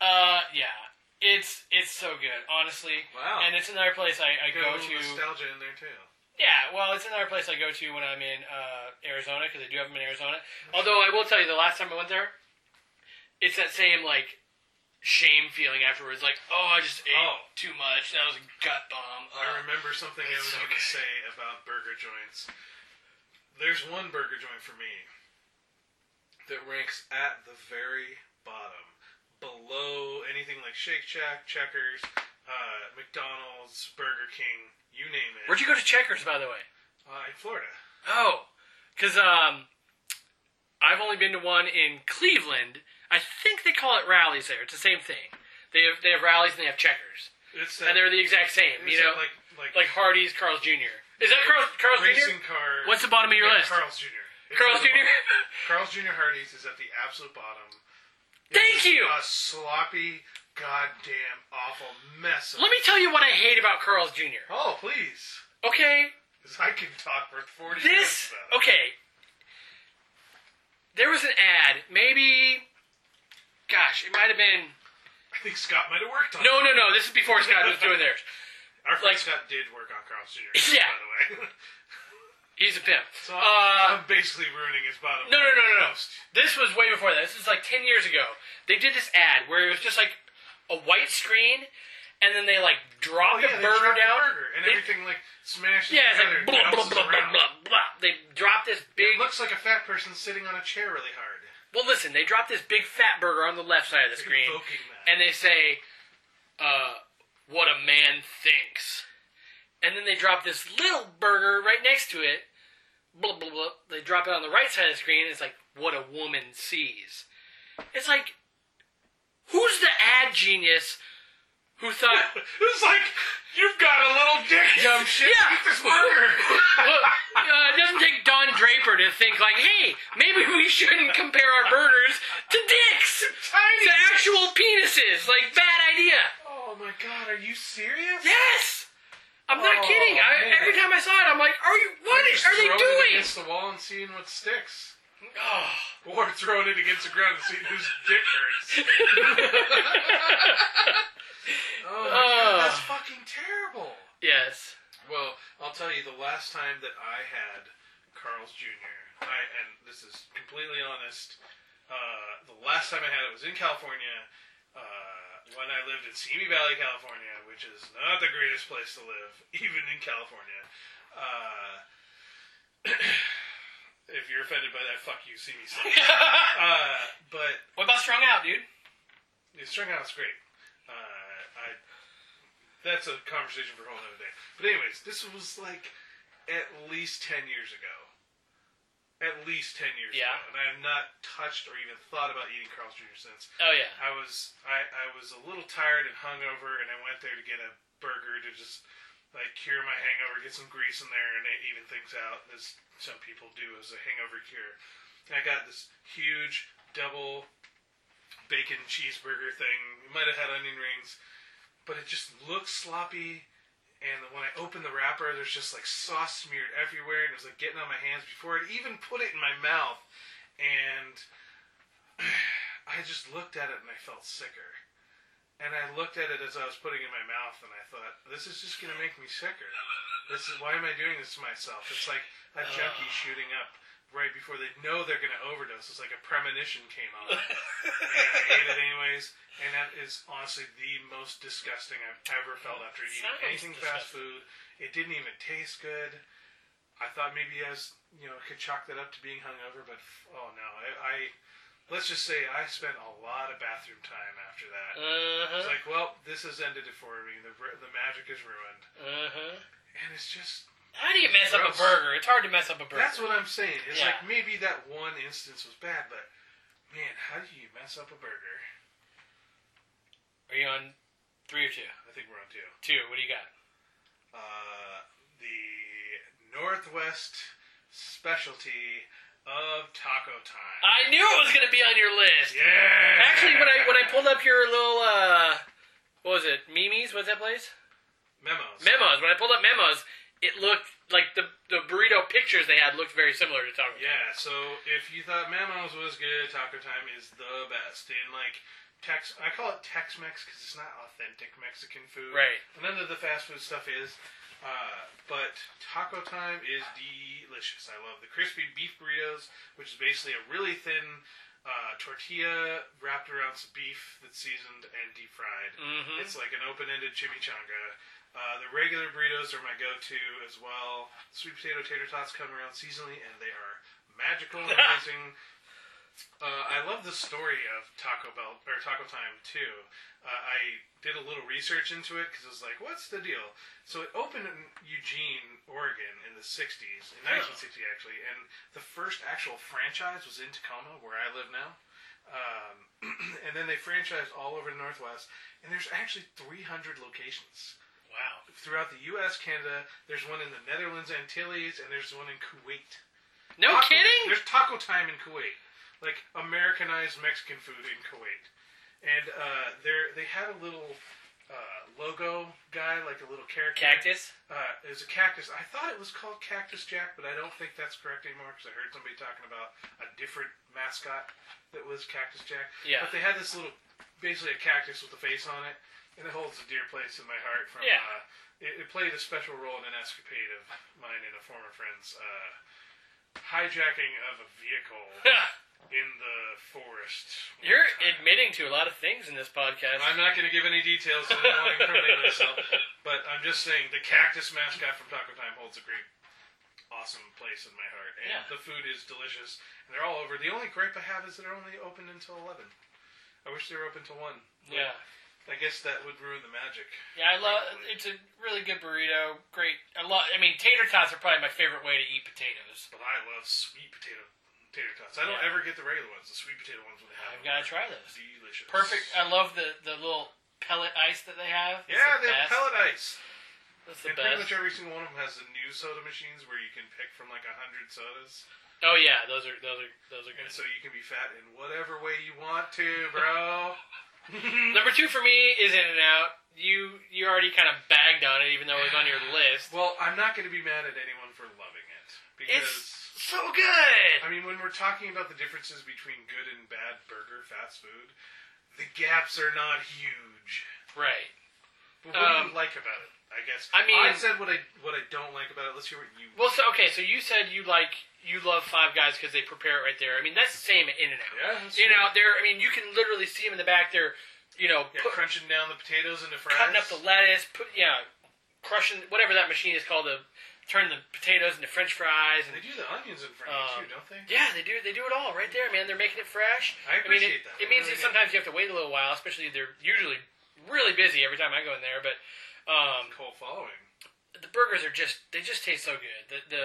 [SPEAKER 5] uh, yeah, it's it's so good, honestly.
[SPEAKER 1] Wow.
[SPEAKER 5] And it's another place I, I
[SPEAKER 1] Got
[SPEAKER 5] go
[SPEAKER 1] a little
[SPEAKER 5] to.
[SPEAKER 1] nostalgia in there too.
[SPEAKER 5] Yeah, well, it's another place I go to when I'm in uh, Arizona because I do have them in Arizona. Although I will tell you, the last time I went there, it's that same like shame feeling afterwards. Like, oh, I just ate
[SPEAKER 1] Oh.
[SPEAKER 5] too much. That was a gut bomb.
[SPEAKER 1] I remember something I
[SPEAKER 5] That's so
[SPEAKER 1] was going
[SPEAKER 5] good.
[SPEAKER 1] to say about burger joints. There's one burger joint for me that ranks at the very bottom, below anything like Shake Shack, Checkers, uh, McDonald's, Burger King, you name it.
[SPEAKER 5] Where'd you go to Checkers, by the way?
[SPEAKER 1] uh, in Florida.
[SPEAKER 5] Oh, because um, I've only been to one in Cleveland. I think they call it rallies there. It's the same thing. They have they have rallies and they have Checkers,
[SPEAKER 1] It's that,
[SPEAKER 5] and they're the exact same.
[SPEAKER 1] it's
[SPEAKER 5] You know,
[SPEAKER 1] that,
[SPEAKER 5] like
[SPEAKER 1] like like,
[SPEAKER 5] like Hardee's, Carl's Jr. Is that Carl's, Carl's
[SPEAKER 1] racing
[SPEAKER 5] Jr.?
[SPEAKER 1] car.
[SPEAKER 5] What's the bottom of your
[SPEAKER 1] yeah,
[SPEAKER 5] list?
[SPEAKER 1] Carl's Jr. It's
[SPEAKER 5] Carl's
[SPEAKER 1] at the
[SPEAKER 5] Jr.
[SPEAKER 1] bottom. Carl's Jr. Hardee's is at the absolute bottom.
[SPEAKER 5] Thank
[SPEAKER 1] It's
[SPEAKER 5] you.
[SPEAKER 1] A sloppy, goddamn, awful mess. Of
[SPEAKER 5] Let me tell you what I hate about Carl's Jr.
[SPEAKER 1] Oh, please.
[SPEAKER 5] Okay,
[SPEAKER 1] Because I can talk for 40
[SPEAKER 5] this
[SPEAKER 1] minutes about it.
[SPEAKER 5] okay. There was an ad, maybe. Gosh, it might have been.
[SPEAKER 1] I think Scott might have worked on
[SPEAKER 5] No,
[SPEAKER 1] it.
[SPEAKER 5] no, no. This is before Scott was doing theirs.
[SPEAKER 1] Our friend
[SPEAKER 5] like-
[SPEAKER 1] Scott did work on Carl's Jr.,
[SPEAKER 5] Yeah.
[SPEAKER 1] by the way.
[SPEAKER 5] He's a pimp.
[SPEAKER 1] so
[SPEAKER 5] Uh,
[SPEAKER 1] I'm, I'm basically ruining his bottom
[SPEAKER 5] no, no, no, no, no.
[SPEAKER 1] Most.
[SPEAKER 5] This was way before that. This is like ten years ago. They did this ad where it was just like a white screen, and then they like drop
[SPEAKER 1] Oh,
[SPEAKER 5] the
[SPEAKER 1] yeah, they
[SPEAKER 5] burger
[SPEAKER 1] dropped the
[SPEAKER 5] down.
[SPEAKER 1] burger and
[SPEAKER 5] They-
[SPEAKER 1] everything, like, smashes
[SPEAKER 5] yeah, it's like
[SPEAKER 1] together
[SPEAKER 5] blah
[SPEAKER 1] and
[SPEAKER 5] blah
[SPEAKER 1] bounces
[SPEAKER 5] blah blah
[SPEAKER 1] around.
[SPEAKER 5] blah blah. They drop this big
[SPEAKER 1] It looks like a fat person sitting on a chair really hard.
[SPEAKER 5] Well, listen, they drop this big fat burger on the left side of the screen,
[SPEAKER 1] Invoking that.
[SPEAKER 5] and they say, uh, "What a man thinks," and then they drop this little burger right next to it. Blah blah blah. They drop it on the right side of the screen. And it's like, "What a woman sees." It's like, who's the ad genius who thought?
[SPEAKER 1] it's like you've got a little dick, dumb shit.
[SPEAKER 5] Yeah.
[SPEAKER 1] Eat this burger.
[SPEAKER 5] Well, uh, it doesn't take Don Draper to think like, hey, maybe we shouldn't compare our burgers to dicks,
[SPEAKER 1] Tiny
[SPEAKER 5] to actual penises. Like, bad idea.
[SPEAKER 1] Oh my god, are you serious?
[SPEAKER 5] Yes, I'm not
[SPEAKER 1] Oh,
[SPEAKER 5] kidding. I,
[SPEAKER 1] man.
[SPEAKER 5] every time I saw it, I'm like, are you? What
[SPEAKER 1] Just
[SPEAKER 5] are they
[SPEAKER 1] throwing It
[SPEAKER 5] doing?
[SPEAKER 1] against the wall and seeing what sticks.
[SPEAKER 5] Oh.
[SPEAKER 1] Or throwing it against the ground and seeing whose dick hurts. Oh,
[SPEAKER 5] Oh.
[SPEAKER 1] my God, that's fucking terrible.
[SPEAKER 5] yes.
[SPEAKER 1] Well, I'll tell you, the last time that I had Carl's Jr., I, and this is completely honest, uh, the last time I had it was in California uh, when I lived in Simi Valley, California, which is not the greatest place to live, even in California. Uh, if you're offended by that, fuck you, Simi. Simi. uh, but
[SPEAKER 5] what about strung out, dude?
[SPEAKER 1] the string out's great. Uh, I, that's a conversation for a whole other day. But anyways, this was like at least ten years ago. At least ten years
[SPEAKER 5] Yeah.
[SPEAKER 1] ago, and I have not touched or even thought about eating Carl's Jr. since.
[SPEAKER 5] Oh yeah.
[SPEAKER 1] I was I, I was a little tired and hungover, and I went there to get a burger to just like cure my hangover, get some grease in there, and it even things out, as some people do as a hangover cure. And I got this huge double bacon cheeseburger thing. It might have had onion rings, but it just looked sloppy. And when I opened the wrapper, there's just like sauce smeared everywhere, and it was like getting on my hands before I'd even put it in my mouth. And I just looked at it and I felt sicker. And I looked at it as I was putting it in my mouth and I thought, this is just going to make me sicker. This is why am I doing this to myself? It's like a junkie shooting up right before they know they're going to overdose. It's like a premonition came on. and I ate it anyways. And that is honestly the most disgusting I've ever felt after eating
[SPEAKER 5] Sounds
[SPEAKER 1] anything fast food. It didn't even taste good. I thought maybe I was, you know, could chalk that up to being hungover, but f- oh no, I, I let's just say I spent a lot of bathroom time after that.
[SPEAKER 5] Uh
[SPEAKER 1] It's like, well, this has ended it for me. The ru- the magic is ruined,
[SPEAKER 5] Uh huh.
[SPEAKER 1] and it's just
[SPEAKER 5] How do you mess up a
[SPEAKER 1] Gross.
[SPEAKER 5] burger? It's hard to mess up a burger.
[SPEAKER 1] that's what I'm saying. It's
[SPEAKER 5] Yeah.
[SPEAKER 1] like maybe that one instance was bad, but man, how do you mess up a burger?
[SPEAKER 5] Are you on three or two?
[SPEAKER 1] I think we're on two.
[SPEAKER 5] Two. What do you got?
[SPEAKER 1] Uh, the Northwest specialty of taco time.
[SPEAKER 5] I knew it was gonna be on your list.
[SPEAKER 1] yeah.
[SPEAKER 5] Actually, when I when I pulled up your little uh, what was it? Mimi's? What's that place?
[SPEAKER 1] memos.
[SPEAKER 5] Memos. When I pulled up Memos, it looked like the the burrito pictures they had looked very similar to Taco. Bell.
[SPEAKER 1] Yeah, so if you thought Mamos was good, Taco Time is the best. In like Tex, I call it Tex-Mex because it's not authentic Mexican food.
[SPEAKER 5] Right.
[SPEAKER 1] None of the fast food stuff is. Uh, but Taco Time is delicious. I love the crispy beef burritos, which is basically a really thin uh, tortilla wrapped around some beef that's seasoned and deep fried.
[SPEAKER 5] Mhm.
[SPEAKER 1] It's like an open-ended chimichanga. Uh, the regular burritos are my go-to as well. Sweet potato tater tots come around seasonally, and they are magical and amazing. Uh, I love the story of Taco Bell or Taco Time too. Uh, I did a little research into it because I was like, "What's the deal?" So it opened in Eugene, Oregon, in the '60s, in 1960 actually, and the first actual franchise was in Tacoma, where I live now. Um, and then they franchised all over the Northwest, and there's actually 300 locations
[SPEAKER 5] Wow.
[SPEAKER 1] throughout the U.S., Canada. There's one in the Netherlands, Antilles, and there's one in Kuwait.
[SPEAKER 5] No
[SPEAKER 1] Taco-
[SPEAKER 5] kidding.
[SPEAKER 1] There's taco time in Kuwait, like Americanized Mexican food in Kuwait, and uh, there they had a little uh, logo guy, like a little character.
[SPEAKER 5] Cactus.
[SPEAKER 1] Uh, it was a cactus. I thought it was called Cactus Jack, but I don't think that's correct anymore because I heard somebody talking about a different mascot that was Cactus Jack.
[SPEAKER 5] Yeah.
[SPEAKER 1] But they had this little, basically a cactus with a face on it, and it holds a dear place in my heart. From
[SPEAKER 5] Yeah.
[SPEAKER 1] uh, it, it played a special role in an escapade of mine and a former friend's uh, hijacking of a vehicle in the forest.
[SPEAKER 5] You're admitting to a lot of things in this podcast.
[SPEAKER 1] I'm not going to give any details because I don't want to incriminate myself, but I'm just saying the cactus mascot from Taco Time holds a great awesome place in my heart. And
[SPEAKER 5] Yeah.
[SPEAKER 1] the food is delicious. And they're all over. The only gripe I have is they're only open until 11. I wish they were open till 1.
[SPEAKER 5] Yeah.
[SPEAKER 1] I guess that would ruin the magic.
[SPEAKER 5] Yeah, I love. It's a really good burrito. Great. I love. I mean, tater tots are probably my favorite way to eat potatoes.
[SPEAKER 1] But I love sweet potato tater tots. I don't
[SPEAKER 5] Yeah.
[SPEAKER 1] ever get the regular ones. The sweet potato ones when they have
[SPEAKER 5] I've
[SPEAKER 1] them
[SPEAKER 5] got to try
[SPEAKER 1] are
[SPEAKER 5] those.
[SPEAKER 1] Delicious.
[SPEAKER 5] Perfect. I love the the little pellet ice that they have. It's
[SPEAKER 1] yeah,
[SPEAKER 5] the
[SPEAKER 1] they
[SPEAKER 5] best.
[SPEAKER 1] have pellet ice.
[SPEAKER 5] That's the
[SPEAKER 1] And pretty much
[SPEAKER 5] best.
[SPEAKER 1] every single one of them has the new soda machines where you can pick from like a hundred sodas.
[SPEAKER 5] Oh yeah, those are those are those are good.
[SPEAKER 1] And so you can be fat in whatever way you want to, bro.
[SPEAKER 5] Number two for me is In and Out. You you already kind of bagged on it, even though it was on your list.
[SPEAKER 1] well, I'm not going to be mad at anyone for loving it. Because,
[SPEAKER 5] It's so good.
[SPEAKER 1] I mean, when we're talking about the differences between good and bad burger fast food, the gaps are not huge.
[SPEAKER 5] Right.
[SPEAKER 1] But what do
[SPEAKER 5] Um,
[SPEAKER 1] you like about it? I guess.
[SPEAKER 5] I mean-
[SPEAKER 1] I said what I what I don't like about it. Let's hear what you.
[SPEAKER 5] Well, so okay, so you said you like you love Five Guys because they prepare it right there. I mean, that's the same at In and Out.
[SPEAKER 1] Yeah, that's
[SPEAKER 5] you
[SPEAKER 1] true.
[SPEAKER 5] know, they're. I mean, you can literally see them in the back. They're, you know,
[SPEAKER 1] Yeah,
[SPEAKER 5] put,
[SPEAKER 1] crunching down the potatoes into fries.
[SPEAKER 5] cutting up the lettuce, put yeah, crushing whatever that machine is called to turn the potatoes into French fries and.
[SPEAKER 1] They do the onions in front
[SPEAKER 5] Um,
[SPEAKER 1] of you too, don't they?
[SPEAKER 5] Yeah, they do. They do it all right there, man. They're making it fresh.
[SPEAKER 1] I
[SPEAKER 5] mean,
[SPEAKER 1] appreciate
[SPEAKER 5] it,
[SPEAKER 1] that.
[SPEAKER 5] It means
[SPEAKER 1] I really
[SPEAKER 5] that
[SPEAKER 1] do.
[SPEAKER 5] sometimes you have to wait a little while, especially they're usually really busy every time I go in there. But um,
[SPEAKER 1] Whole following.
[SPEAKER 5] the burgers are just they just taste so good. The the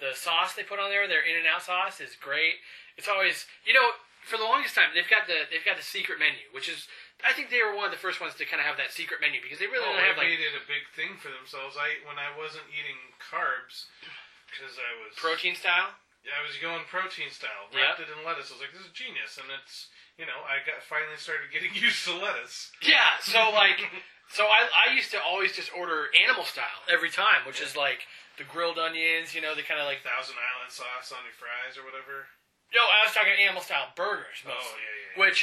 [SPEAKER 5] the sauce they put on there, their in and out sauce is great. It's always you know, for the longest time they've got the they've got the secret menu, which is I think they were one of the first ones to kind of have that secret menu because they really
[SPEAKER 1] Oh,
[SPEAKER 5] don't
[SPEAKER 1] they
[SPEAKER 5] have like
[SPEAKER 1] made it a big thing for themselves. I when I wasn't eating carbs because I was
[SPEAKER 5] protein style.
[SPEAKER 1] I was going protein style,
[SPEAKER 5] Yeah.
[SPEAKER 1] wrapped it in lettuce. I was like, this is genius, and it's you know I got finally started getting used to lettuce.
[SPEAKER 5] Yeah, so like so I I used to always just order animal style every time, which is like the grilled onions, you know, the kind of like
[SPEAKER 1] Thousand Island sauce on your fries or whatever.
[SPEAKER 5] No, I was talking animal style burgers.
[SPEAKER 1] Oh yeah,
[SPEAKER 5] Mostly.
[SPEAKER 1] yeah. yeah.
[SPEAKER 5] Which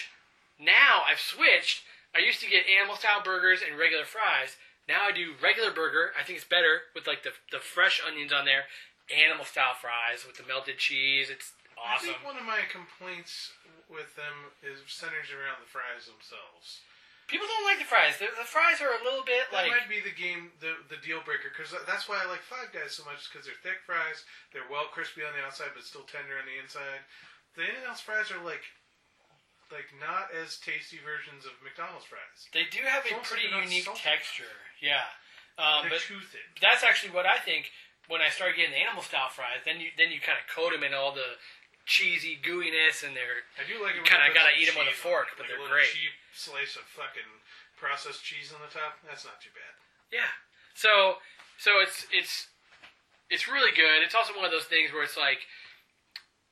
[SPEAKER 5] now I've switched. I used to get animal style burgers and regular fries. Now I do regular burger. I think it's better with like the the fresh onions on there. Animal style fries with the melted cheese. It's
[SPEAKER 1] I
[SPEAKER 5] awesome.
[SPEAKER 1] think one of my complaints with them is centers around the fries themselves.
[SPEAKER 5] People don't like the fries. The, the fries are a little bit
[SPEAKER 1] That
[SPEAKER 5] like
[SPEAKER 1] might be the game, the the deal breaker, because that's why I like Five Guys so much, because they're thick fries, they're well crispy on the outside, but still tender on the inside. The In and Out fries are like, like not as tasty versions of McDonald's fries.
[SPEAKER 5] they do have a
[SPEAKER 1] It's almost
[SPEAKER 5] pretty
[SPEAKER 1] like they're not
[SPEAKER 5] unique
[SPEAKER 1] salty.
[SPEAKER 5] texture. Yeah, um,
[SPEAKER 1] They're
[SPEAKER 5] but
[SPEAKER 1] too thin.
[SPEAKER 5] that's actually what I think. When I start getting animal style fries, then you then you kind of coat them in all the cheesy gooiness and they're
[SPEAKER 1] I do like. it
[SPEAKER 5] you
[SPEAKER 1] when
[SPEAKER 5] kinda
[SPEAKER 1] they put
[SPEAKER 5] gotta
[SPEAKER 1] some
[SPEAKER 5] eat 'em with a
[SPEAKER 1] cheese
[SPEAKER 5] fork,
[SPEAKER 1] on it,
[SPEAKER 5] but
[SPEAKER 1] like
[SPEAKER 5] they're
[SPEAKER 1] a little
[SPEAKER 5] great.
[SPEAKER 1] Cheap slice of fucking processed cheese on the top. That's not too bad.
[SPEAKER 5] Yeah. So so it's it's it's really good. It's also one of those things where it's like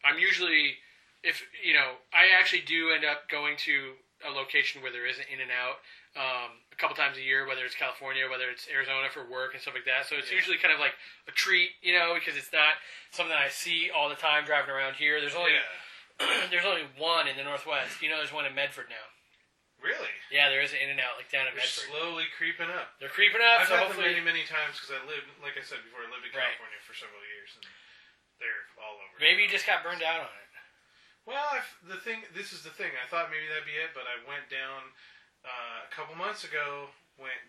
[SPEAKER 5] I'm usually if you know I actually do end up going to a location where there is an in and out um, a couple times a year, whether it's California, whether it's Arizona for work and stuff like that. So it's
[SPEAKER 1] Yeah.
[SPEAKER 5] usually kind of like a treat, you know, because it's not something I see all the time driving around here. There's only
[SPEAKER 1] yeah.
[SPEAKER 5] there's only one in the Northwest. You know, there's one in Medford now.
[SPEAKER 1] Really.
[SPEAKER 5] Yeah, there is an in and out like down in
[SPEAKER 1] They're
[SPEAKER 5] Medford.
[SPEAKER 1] slowly creeping up.
[SPEAKER 5] They're creeping up.
[SPEAKER 1] I've
[SPEAKER 5] so
[SPEAKER 1] had them
[SPEAKER 5] hopefully,
[SPEAKER 1] many, many times because I lived, like I said before, I lived in
[SPEAKER 5] Right.
[SPEAKER 1] California for several years, and they're all over.
[SPEAKER 5] maybe you just got burned out on it.
[SPEAKER 1] Well, i the thing, this is the thing. I thought maybe that'd be it, but I went down uh, a couple months ago. Went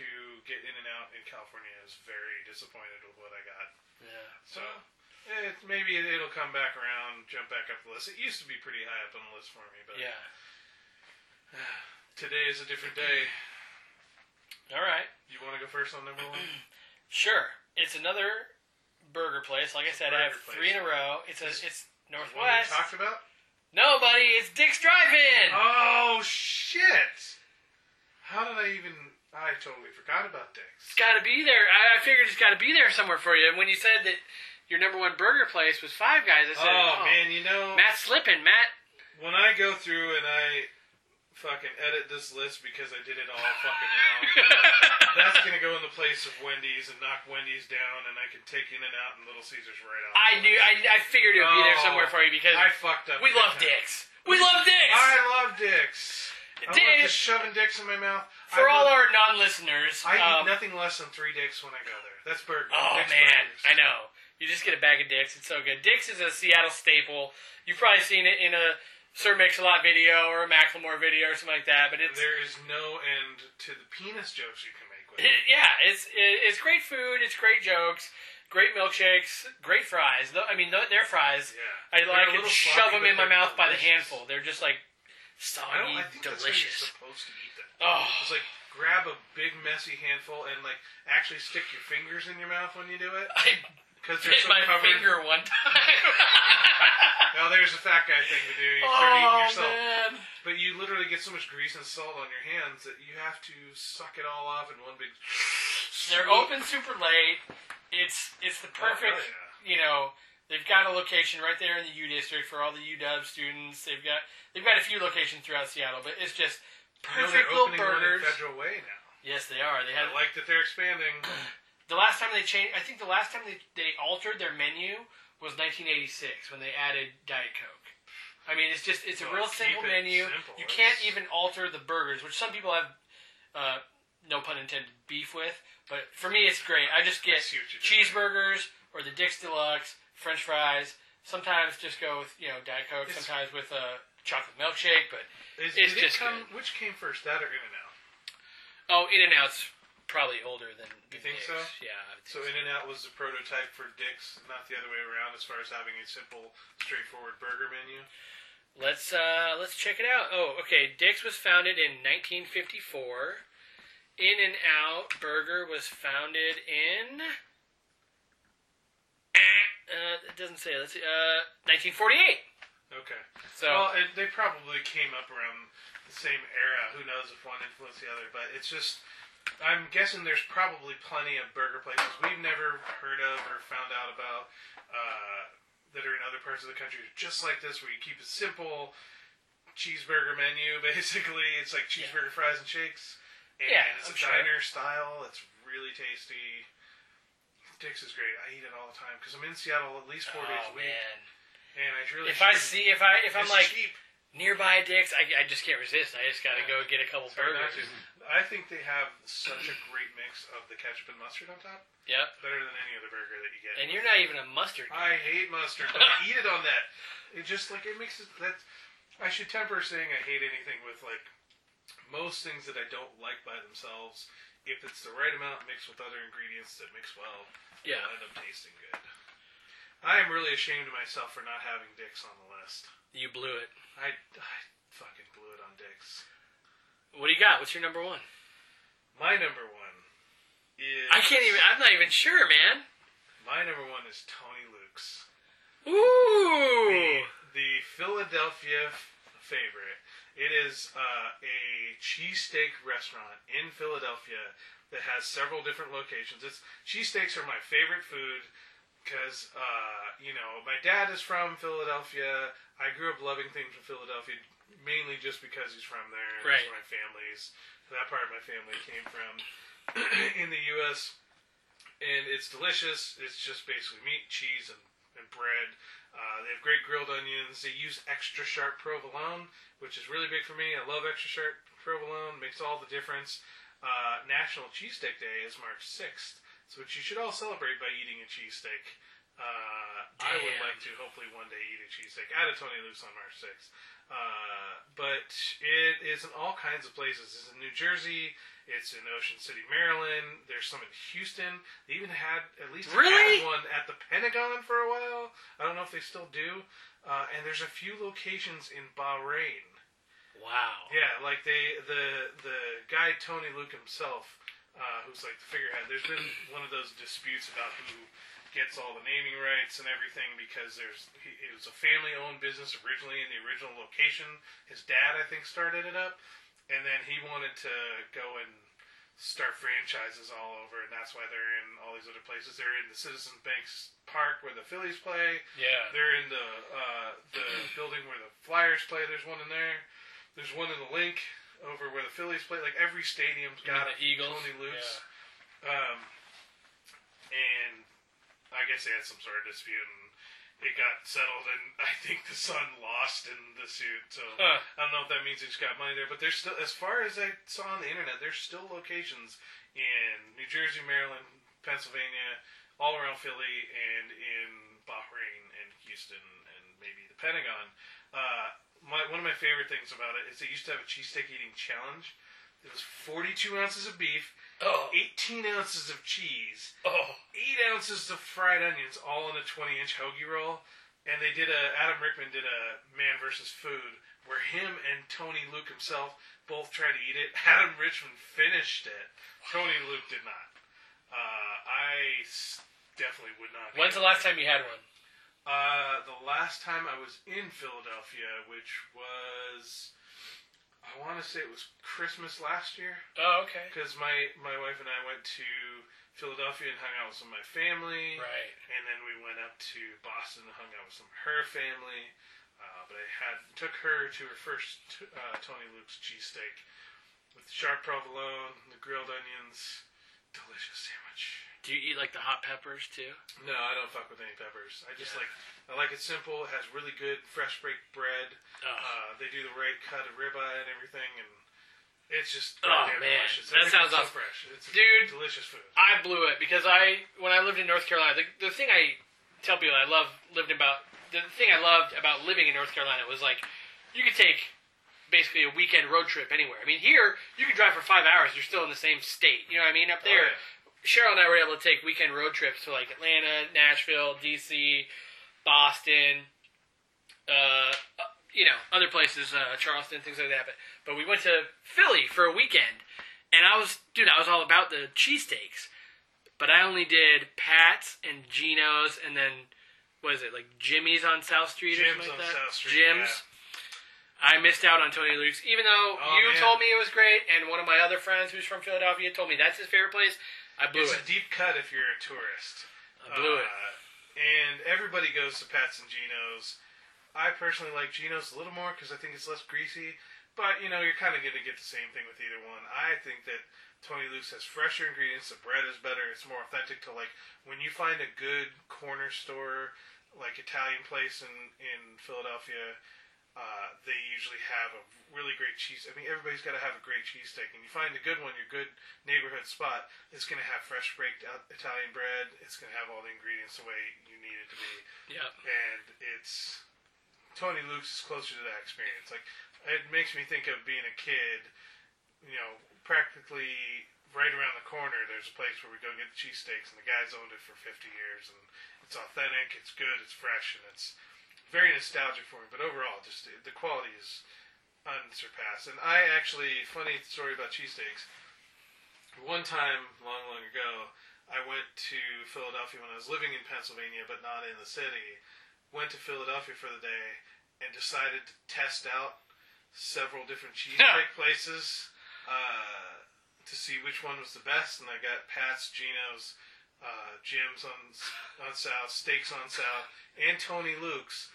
[SPEAKER 1] to get in and out in California. I was very disappointed with what I got.
[SPEAKER 5] Yeah.
[SPEAKER 1] So
[SPEAKER 5] Oh.
[SPEAKER 1] it, maybe it, it'll come back around, jump back up the list. It used to be pretty high up on the list for me, but
[SPEAKER 5] Yeah.
[SPEAKER 1] today is a different day.
[SPEAKER 5] All right.
[SPEAKER 1] You want to go first on number one?
[SPEAKER 5] Sure. It's another burger place. Like I said, I have
[SPEAKER 1] Burger place.
[SPEAKER 5] three in a row. It's a it's
[SPEAKER 1] The one we
[SPEAKER 5] Northwest.
[SPEAKER 1] talked about.
[SPEAKER 5] No, buddy, it's Dick's Drive-In.
[SPEAKER 1] Oh shit! How did I even? I totally forgot about Dick's.
[SPEAKER 5] It's got to be there. I, I figured it's got to be there somewhere for you. And when you said that your number one burger place was Five Guys, I
[SPEAKER 1] Oh,
[SPEAKER 5] said, "Oh,
[SPEAKER 1] man, you know
[SPEAKER 5] Matt's slipping. Matt,
[SPEAKER 1] when I go through and I fucking edit this list because I did it all fucking wrong. That's gonna go in the place of Wendy's and knock Wendy's down, and I can take In and Out and Little Caesars right off.
[SPEAKER 5] I knew. I, I figured it would be there
[SPEAKER 1] Oh,
[SPEAKER 5] somewhere for you because
[SPEAKER 1] I fucked up.
[SPEAKER 5] we
[SPEAKER 1] big
[SPEAKER 5] love
[SPEAKER 1] time.
[SPEAKER 5] Dick's. We love Dick's.
[SPEAKER 1] I love Dick's. I
[SPEAKER 5] Dick-
[SPEAKER 1] love just shoving dicks in my mouth.
[SPEAKER 5] For
[SPEAKER 1] I
[SPEAKER 5] all
[SPEAKER 1] love-
[SPEAKER 5] our non-listeners,
[SPEAKER 1] I eat
[SPEAKER 5] um,
[SPEAKER 1] nothing less than three dicks when I go there. That's burger.
[SPEAKER 5] Oh
[SPEAKER 1] Dick's
[SPEAKER 5] man,
[SPEAKER 1] burgers.
[SPEAKER 5] I know. You just get a bag of Dicks. It's so good. Dicks is a Seattle staple. You've probably seen it in a Sir Makes a Lot video or a Macklemore video or something like that. But it's
[SPEAKER 1] There is no end to the penis jokes you can make with it.
[SPEAKER 5] it- yeah, it's it, it's great food. It's great jokes. Great milkshakes, great fries. Tho- I mean, tho- their fries.
[SPEAKER 1] Yeah.
[SPEAKER 5] I
[SPEAKER 1] They're a
[SPEAKER 5] like and
[SPEAKER 1] little
[SPEAKER 5] shove
[SPEAKER 1] soggy,
[SPEAKER 5] them
[SPEAKER 1] but
[SPEAKER 5] in my
[SPEAKER 1] they're
[SPEAKER 5] mouth by the
[SPEAKER 1] delicious.
[SPEAKER 5] handful. They're just like soggy,
[SPEAKER 1] I don't. I think that's how you're
[SPEAKER 5] delicious.
[SPEAKER 1] supposed to eat that.
[SPEAKER 5] Oh,
[SPEAKER 1] It's like grab a big messy handful and like actually stick your fingers in your mouth when you do it
[SPEAKER 5] I
[SPEAKER 1] because
[SPEAKER 5] bit
[SPEAKER 1] there's some
[SPEAKER 5] my
[SPEAKER 1] covered.
[SPEAKER 5] finger one time.
[SPEAKER 1] Now there's a fat guy thing to do. You start eating
[SPEAKER 5] oh
[SPEAKER 1] yourself,
[SPEAKER 5] man.
[SPEAKER 1] but you literally get so much grease and salt on your hands that you have to suck it all off in one big.
[SPEAKER 5] They're open super late. It's it's
[SPEAKER 1] Oh,
[SPEAKER 5] the perfect, you know. They've got a location right there in the U district for all the UW students. They've got they've got a few locations throughout Seattle, but it's just
[SPEAKER 1] You know,
[SPEAKER 5] perfect
[SPEAKER 1] they're
[SPEAKER 5] little
[SPEAKER 1] opening one in
[SPEAKER 5] burgers.
[SPEAKER 1] Federal Way now.
[SPEAKER 5] Yes, they are. They
[SPEAKER 1] I
[SPEAKER 5] had
[SPEAKER 1] like that they're expanding.
[SPEAKER 5] the last time they changed. I think the last time they they altered their menu was 1986 when they added Diet Coke. I mean, it's just it's a
[SPEAKER 1] Well,
[SPEAKER 5] real
[SPEAKER 1] keep
[SPEAKER 5] simple
[SPEAKER 1] it
[SPEAKER 5] menu.
[SPEAKER 1] simple.
[SPEAKER 5] You can't
[SPEAKER 1] It's-
[SPEAKER 5] even alter the burgers, which some people have, uh, no pun intended, beef with. But for me, it's great. I just
[SPEAKER 1] I
[SPEAKER 5] get
[SPEAKER 1] see what you're doing.
[SPEAKER 5] cheeseburgers or the Dick's Deluxe, French fries. Sometimes just go with you know Diet Coke.
[SPEAKER 1] It's-
[SPEAKER 5] sometimes with a chocolate milkshake. But
[SPEAKER 1] Is,
[SPEAKER 5] It's
[SPEAKER 1] did it
[SPEAKER 5] just
[SPEAKER 1] come, which came first, that or In and Out?
[SPEAKER 5] oh, In and Out's probably older than than
[SPEAKER 1] You think so?
[SPEAKER 5] Dick's. Yeah. I would
[SPEAKER 1] So
[SPEAKER 5] think
[SPEAKER 1] In and Out was the prototype for Dick's, not the other way around, as far as having a simple, straightforward burger menu.
[SPEAKER 5] Let's uh, let's check it out. Oh, okay. Dick's was founded in 1954. In and Out Burger was founded in. Uh, it doesn't say. Let's see. Uh, 1948.
[SPEAKER 1] Okay.
[SPEAKER 5] So
[SPEAKER 1] well, it, they probably came up around the same era. Who knows if one influenced the other? But it's just, I'm guessing there's probably plenty of burger places we've never heard of or found out about uh, that are in other parts of the country, just like this, where you keep a simple cheeseburger menu. Basically, it's like cheeseburger fries and shakes, and
[SPEAKER 5] Yeah,
[SPEAKER 1] it's
[SPEAKER 5] I'm
[SPEAKER 1] a
[SPEAKER 5] sure.
[SPEAKER 1] diner style. It's really tasty. Dick's is great. I eat it all the time because I'm in Seattle at least four days
[SPEAKER 5] oh
[SPEAKER 1] a week,
[SPEAKER 5] man.
[SPEAKER 1] and I really
[SPEAKER 5] If I
[SPEAKER 1] should.
[SPEAKER 5] see if I if I'm
[SPEAKER 1] It's
[SPEAKER 5] like
[SPEAKER 1] cheap.
[SPEAKER 5] nearby Dick's, I, I just can't resist. I just gotta go get a couple
[SPEAKER 1] Sorry, not
[SPEAKER 5] burgers.
[SPEAKER 1] to. I think they have such a great mix of the ketchup and mustard on top,
[SPEAKER 5] Yep.
[SPEAKER 1] better than any other burger that you get.
[SPEAKER 5] And you're not even a mustard.
[SPEAKER 1] I hate mustard, but I eat it on that. It just like it makes it that. I should temper saying I hate anything with like most things that I don't like by themselves. If it's the right amount mixed with other ingredients that mix well,
[SPEAKER 5] Yeah.
[SPEAKER 1] it'll end up tasting good. I am really ashamed of myself for not having dicks on the list.
[SPEAKER 5] You blew it.
[SPEAKER 1] I, I fucking blew it on dicks.
[SPEAKER 5] What do you got? What's your number one?
[SPEAKER 1] My number one is
[SPEAKER 5] I can't even. I'm not even sure, man.
[SPEAKER 1] My number one is Tony Luke's.
[SPEAKER 5] Ooh.
[SPEAKER 1] The, the Philadelphia f- favorite. It is uh, a cheesesteak restaurant in Philadelphia that has several different locations. It's cheesesteaks are my favorite food because uh, you know my dad is from Philadelphia. I grew up loving things from Philadelphia mainly just because he's from there. and
[SPEAKER 5] Right.
[SPEAKER 1] That's where my family's that part of my family came from in the U.S and it's delicious. It's just basically meat, cheese, and, and bread. Uh, they have great grilled onions. They use extra sharp provolone, which is really big for me. I love extra sharp provolone; makes all the difference. Uh, National Cheesesteak Day is March sixth, so which you should all celebrate by eating a cheesesteak. Uh, I would
[SPEAKER 5] Damn.
[SPEAKER 1] like to hopefully one day eat a cheesesteak at a Tony Luke's on March sixth. Uh, but it is in all kinds of places. It's in New Jersey. It's in Ocean City, Maryland. There's some in Houston. They even had at least
[SPEAKER 5] Really?
[SPEAKER 1] had one at the Pentagon for a while. I don't know if they still do. Uh, and there's a few locations in Bahrain.
[SPEAKER 5] Wow.
[SPEAKER 1] Yeah, like they the the guy Tony Luke himself, uh, who's like the figurehead. There's been one of those disputes about who gets all the naming rights and everything because there's he, it was a family-owned business originally in the original location. His dad, I think, started it up, and then he wanted to go and start franchises all over, and that's why they're in all these other places. They're in the Citizens Banks Park where the Phillies play.
[SPEAKER 5] Yeah.
[SPEAKER 1] They're in the uh, the building where the Flyers play. There's one in there. There's one in the link over where the Phillies play. Like every stadium's
[SPEAKER 5] You mean
[SPEAKER 1] got
[SPEAKER 5] the Eagles?
[SPEAKER 1] Tony Luke's. Um, and I guess they had some sort of dispute, and it got settled. And I think the son lost in the suit. So
[SPEAKER 5] Huh.
[SPEAKER 1] I don't know if that means he's got money there. But there's still, as far as I saw on the internet, there's still locations in New Jersey, Maryland, Pennsylvania, all around Philly, and in Bahrain and Houston, and maybe the Pentagon. Uh, my, one of my favorite things about it is they used to have a cheesesteak eating challenge. It was 42 ounces of beef
[SPEAKER 5] Oh,
[SPEAKER 1] 18 ounces of cheese,
[SPEAKER 5] oh,
[SPEAKER 1] 8 ounces of fried onions, all in a 20 inch hoagie roll. And they did a, Adam Rickman did a Man versus Food where him and Tony Luke himself both tried to eat it. Adam Richman finished it. Tony Luke did not. Uh, I s- definitely would not. do
[SPEAKER 5] when's the last time you had one?
[SPEAKER 1] uh, the last time I was in Philadelphia, which was, I want to say it was Christmas last year,
[SPEAKER 5] Oh, okay.
[SPEAKER 1] because my, my wife and I went to Philadelphia and hung out with some of my family,
[SPEAKER 5] Right.
[SPEAKER 1] and then we went up to Boston and hung out with some of her family. Uh, but I had took her to her first t- uh, Tony Luke's cheesesteak with sharp provolone, the grilled onions, delicious sandwich.
[SPEAKER 5] Do you eat like the hot peppers too?
[SPEAKER 1] No, I don't fuck with any peppers. I just
[SPEAKER 5] Yeah.
[SPEAKER 1] like I like it simple. It has really good fresh baked bread.
[SPEAKER 5] Oh,
[SPEAKER 1] Uh, they do the right cut of ribeye and everything, and it's just
[SPEAKER 5] Oh,
[SPEAKER 1] goddamn
[SPEAKER 5] man.
[SPEAKER 1] delicious.
[SPEAKER 5] That sounds
[SPEAKER 1] Everything's so
[SPEAKER 5] awesome.
[SPEAKER 1] fresh. It's
[SPEAKER 5] Dude.
[SPEAKER 1] delicious food.
[SPEAKER 5] I blew it because I when I lived in North Carolina, the, the thing I tell people I love lived about the thing I loved about living in North Carolina was like you could take basically a weekend road trip anywhere. I mean, here you could drive for five hours, you're still in the same state. You know what I mean? Up
[SPEAKER 1] Oh,
[SPEAKER 5] there, Cheryl and I were able to take weekend road trips to like Atlanta, Nashville, DC, Boston, uh, you know, other places, uh, Charleston, things like that. But but we went to Philly for a weekend, and I was dude, I was all about the cheesesteaks, but I only did Pat's and Geno's, and then what is it like Jimmy's on South Street or
[SPEAKER 1] Jim's
[SPEAKER 5] something like
[SPEAKER 1] on
[SPEAKER 5] that?
[SPEAKER 1] South Street,
[SPEAKER 5] Jim's. I missed out on Tony Luke's, even though
[SPEAKER 1] Oh,
[SPEAKER 5] you
[SPEAKER 1] man.
[SPEAKER 5] told me it was great, and one of my other friends who's from Philadelphia told me that's his favorite place. I blew
[SPEAKER 1] It's
[SPEAKER 5] it.
[SPEAKER 1] a deep cut if you're a tourist.
[SPEAKER 5] I blew it.
[SPEAKER 1] Uh, And everybody goes to Pat's and Geno's. I personally like Geno's a little more because I think it's less greasy. But you know, you're kind of going to get the same thing with either one. I think that Tony Luke's has fresher ingredients. The bread is better. It's more authentic to like when you find a good corner store, like Italian place in in Philadelphia. Uh, they usually have a really great cheese. I mean, everybody's got to have a great cheesesteak, and you find a good one, your good neighborhood spot. It's going to have fresh baked out- Italian bread. It's going to have all the ingredients the way you need it to be
[SPEAKER 5] Yeah.
[SPEAKER 1] and it's Tony Luke's is closer to that experience. Like it makes me think of being a kid. You know, practically right around the corner, there's a place where we go get the cheesesteaks, and the guy's owned it for 50 years, and it's authentic, it's good, it's fresh, and it's very nostalgic for me. But overall, just the, the quality is unsurpassed. And I actually, funny story about cheesesteaks. One time, long, long ago, I went to Philadelphia when I was living in Pennsylvania, but not in the city. Went to Philadelphia for the day and decided to test out several different cheesesteak places uh, to see which one was the best. And I got Pat's, Geno's, uh, Jim's on on South, Steaks on South, and Tony Luke's,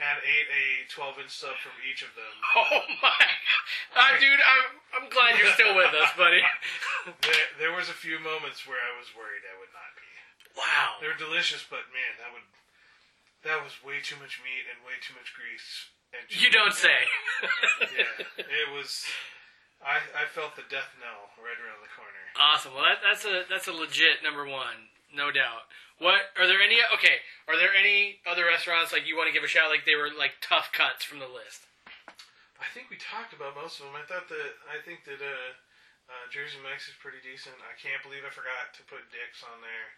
[SPEAKER 1] and ate a 12 inch sub from each of them.
[SPEAKER 5] Oh my, uh, dude, I'm I'm glad you're still with us, buddy.
[SPEAKER 1] There, there was a few moments where I was worried I would not be.
[SPEAKER 5] Wow.
[SPEAKER 1] They're delicious, but man, that would that was way too much meat and way too much grease. And
[SPEAKER 5] You don't say.
[SPEAKER 1] yeah, it was. I I felt the death knell right around the corner.
[SPEAKER 5] Awesome. Well, that, that's a that's a legit number one, no doubt. What are there any? Okay, are there any other restaurants like you want to give a shout? Like they were like tough cuts from the list.
[SPEAKER 1] I think we talked about most of them. I thought that I think that uh, uh, Jersey Mike's is pretty decent. I can't believe I forgot to put Dick's on there.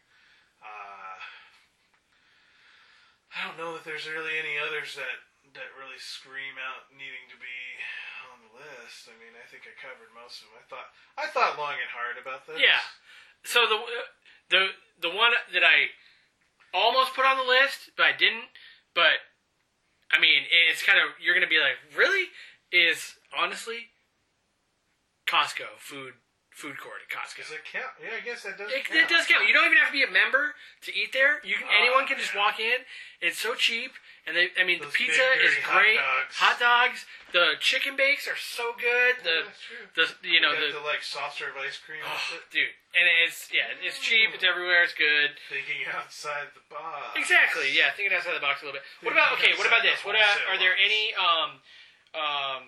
[SPEAKER 1] Uh, I don't know that there's really any others that that really scream out needing to be on the list. I mean, I think I covered most of them. I thought I thought long and hard about this.
[SPEAKER 5] Yeah. So the uh, the the one that I almost put on the list, but I didn't. But I mean, it's kind of you're gonna be like, really? Is honestly Costco food food court at Costco.
[SPEAKER 1] Does that count? Yeah, I guess that does.
[SPEAKER 5] It,
[SPEAKER 1] count.
[SPEAKER 5] it does count. You don't even have to be a member to eat there. You can,
[SPEAKER 1] Oh,
[SPEAKER 5] anyone can just
[SPEAKER 1] yeah.
[SPEAKER 5] walk in. It's so cheap, and they, I mean, the
[SPEAKER 1] Those big,
[SPEAKER 5] pizza is
[SPEAKER 1] dirty hot
[SPEAKER 5] great.
[SPEAKER 1] dogs.
[SPEAKER 5] Hot dogs, the chicken bakes are so good.
[SPEAKER 1] Yeah,
[SPEAKER 5] The,
[SPEAKER 1] that's true.
[SPEAKER 5] the you know the,
[SPEAKER 1] got
[SPEAKER 5] oh,
[SPEAKER 1] the, like soft serve ice cream. and shit.
[SPEAKER 5] dude, and it's yeah, it's cheap. It's everywhere. It's good.
[SPEAKER 1] Thinking outside the box.
[SPEAKER 5] Exactly. Yeah, thinking outside the box a little bit. What
[SPEAKER 1] Thinking
[SPEAKER 5] about okay? What about
[SPEAKER 1] outside the
[SPEAKER 5] this? What about,
[SPEAKER 1] wholesale
[SPEAKER 5] are there
[SPEAKER 1] box.
[SPEAKER 5] any um um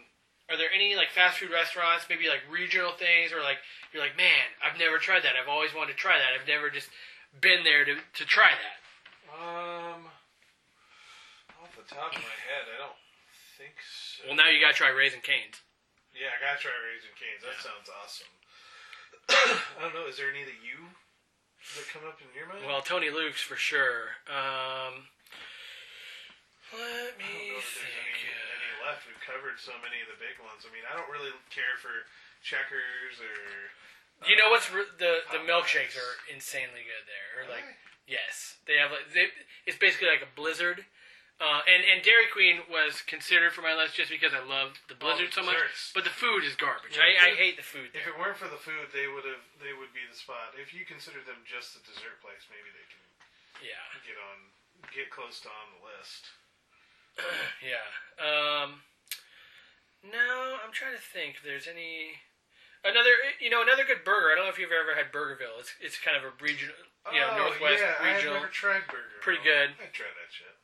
[SPEAKER 5] are there any like fast food restaurants, maybe like regional things, or like you're like, man, I've never tried that. I've always wanted to try that. I've never just been there to to try that.
[SPEAKER 1] Um, off the top of my head, I don't think so.
[SPEAKER 5] Well, now you gotta try Raisin Canes.
[SPEAKER 1] yeah, I gotta try Raising Canes. That sounds awesome. I don't know. Is there any that you that come up in your mind?
[SPEAKER 5] Well, Tony Luke's for sure. Um, let
[SPEAKER 1] I don't
[SPEAKER 5] me
[SPEAKER 1] know that there's any,
[SPEAKER 5] think. uh,
[SPEAKER 1] any left. We've covered so many of the big ones. I mean, I don't really care for checkers or.
[SPEAKER 5] You know what's re- the the
[SPEAKER 1] Popeyes.
[SPEAKER 5] milkshakes are insanely good there. Or like yes, they have like they, it's basically like a blizzard. Uh, and and Dairy Queen was considered for my list just because I loved the blizzard so much.
[SPEAKER 1] desserts.
[SPEAKER 5] But the food is garbage.
[SPEAKER 1] Yeah,
[SPEAKER 5] I, I
[SPEAKER 1] food-
[SPEAKER 5] hate the food
[SPEAKER 1] If
[SPEAKER 5] there.
[SPEAKER 1] it weren't for the food, they would have. They would be the spot. If you consider them just a dessert place, maybe they can
[SPEAKER 5] Yeah,
[SPEAKER 1] get on, get close to on the list.
[SPEAKER 5] yeah. Um, no, I'm trying to think. If there's any another you know another good burger. I don't know if you've ever had Burgerville. It's it's kind of a regional, you know, northwest
[SPEAKER 1] Oh, yeah,
[SPEAKER 5] regional.
[SPEAKER 1] I've never tried burger.
[SPEAKER 5] Pretty
[SPEAKER 1] Hill.
[SPEAKER 5] good.
[SPEAKER 1] I'd try that shit.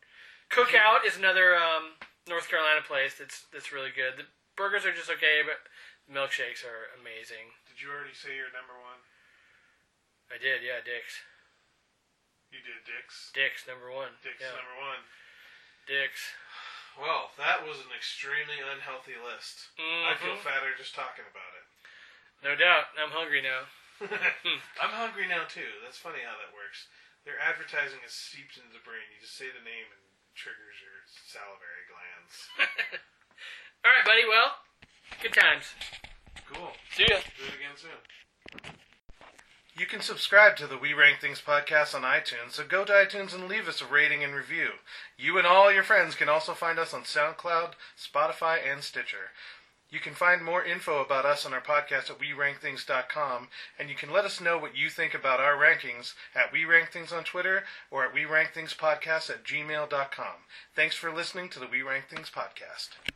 [SPEAKER 5] Cookout is another um, North Carolina place that's that's really good. The burgers are just okay, but milkshakes are amazing.
[SPEAKER 1] Did you already say your number one?
[SPEAKER 5] I did, yeah, Dick's.
[SPEAKER 1] You did Dick's.
[SPEAKER 5] Dick's number one.
[SPEAKER 1] Dick's
[SPEAKER 5] yeah,
[SPEAKER 1] number one.
[SPEAKER 5] Dick's.
[SPEAKER 1] Well, that was an extremely unhealthy list. I feel
[SPEAKER 5] Mhm.
[SPEAKER 1] fatter just talking about it.
[SPEAKER 5] No doubt. I'm hungry now. Hmm.
[SPEAKER 1] I'm hungry now too. That's funny how that works. Their advertising is seeped into the brain. You just say the name and it triggers your salivary glands.
[SPEAKER 5] All right, buddy. Well, good times.
[SPEAKER 1] Cool.
[SPEAKER 5] See ya.
[SPEAKER 1] Do it again soon. You can subscribe to the We Rank Things podcast on iTunes, so go to iTunes and leave us a rating and review. You and all your friends can also find us on SoundCloud, Spotify, and Stitcher. You can find more info about us and our podcast at WeRankThings.com, and you can let us know what you think about our rankings at We Rank Things on Twitter or at WeRankThingsPodcast at gmail.com. Thanks for listening to the We Rank Things podcast.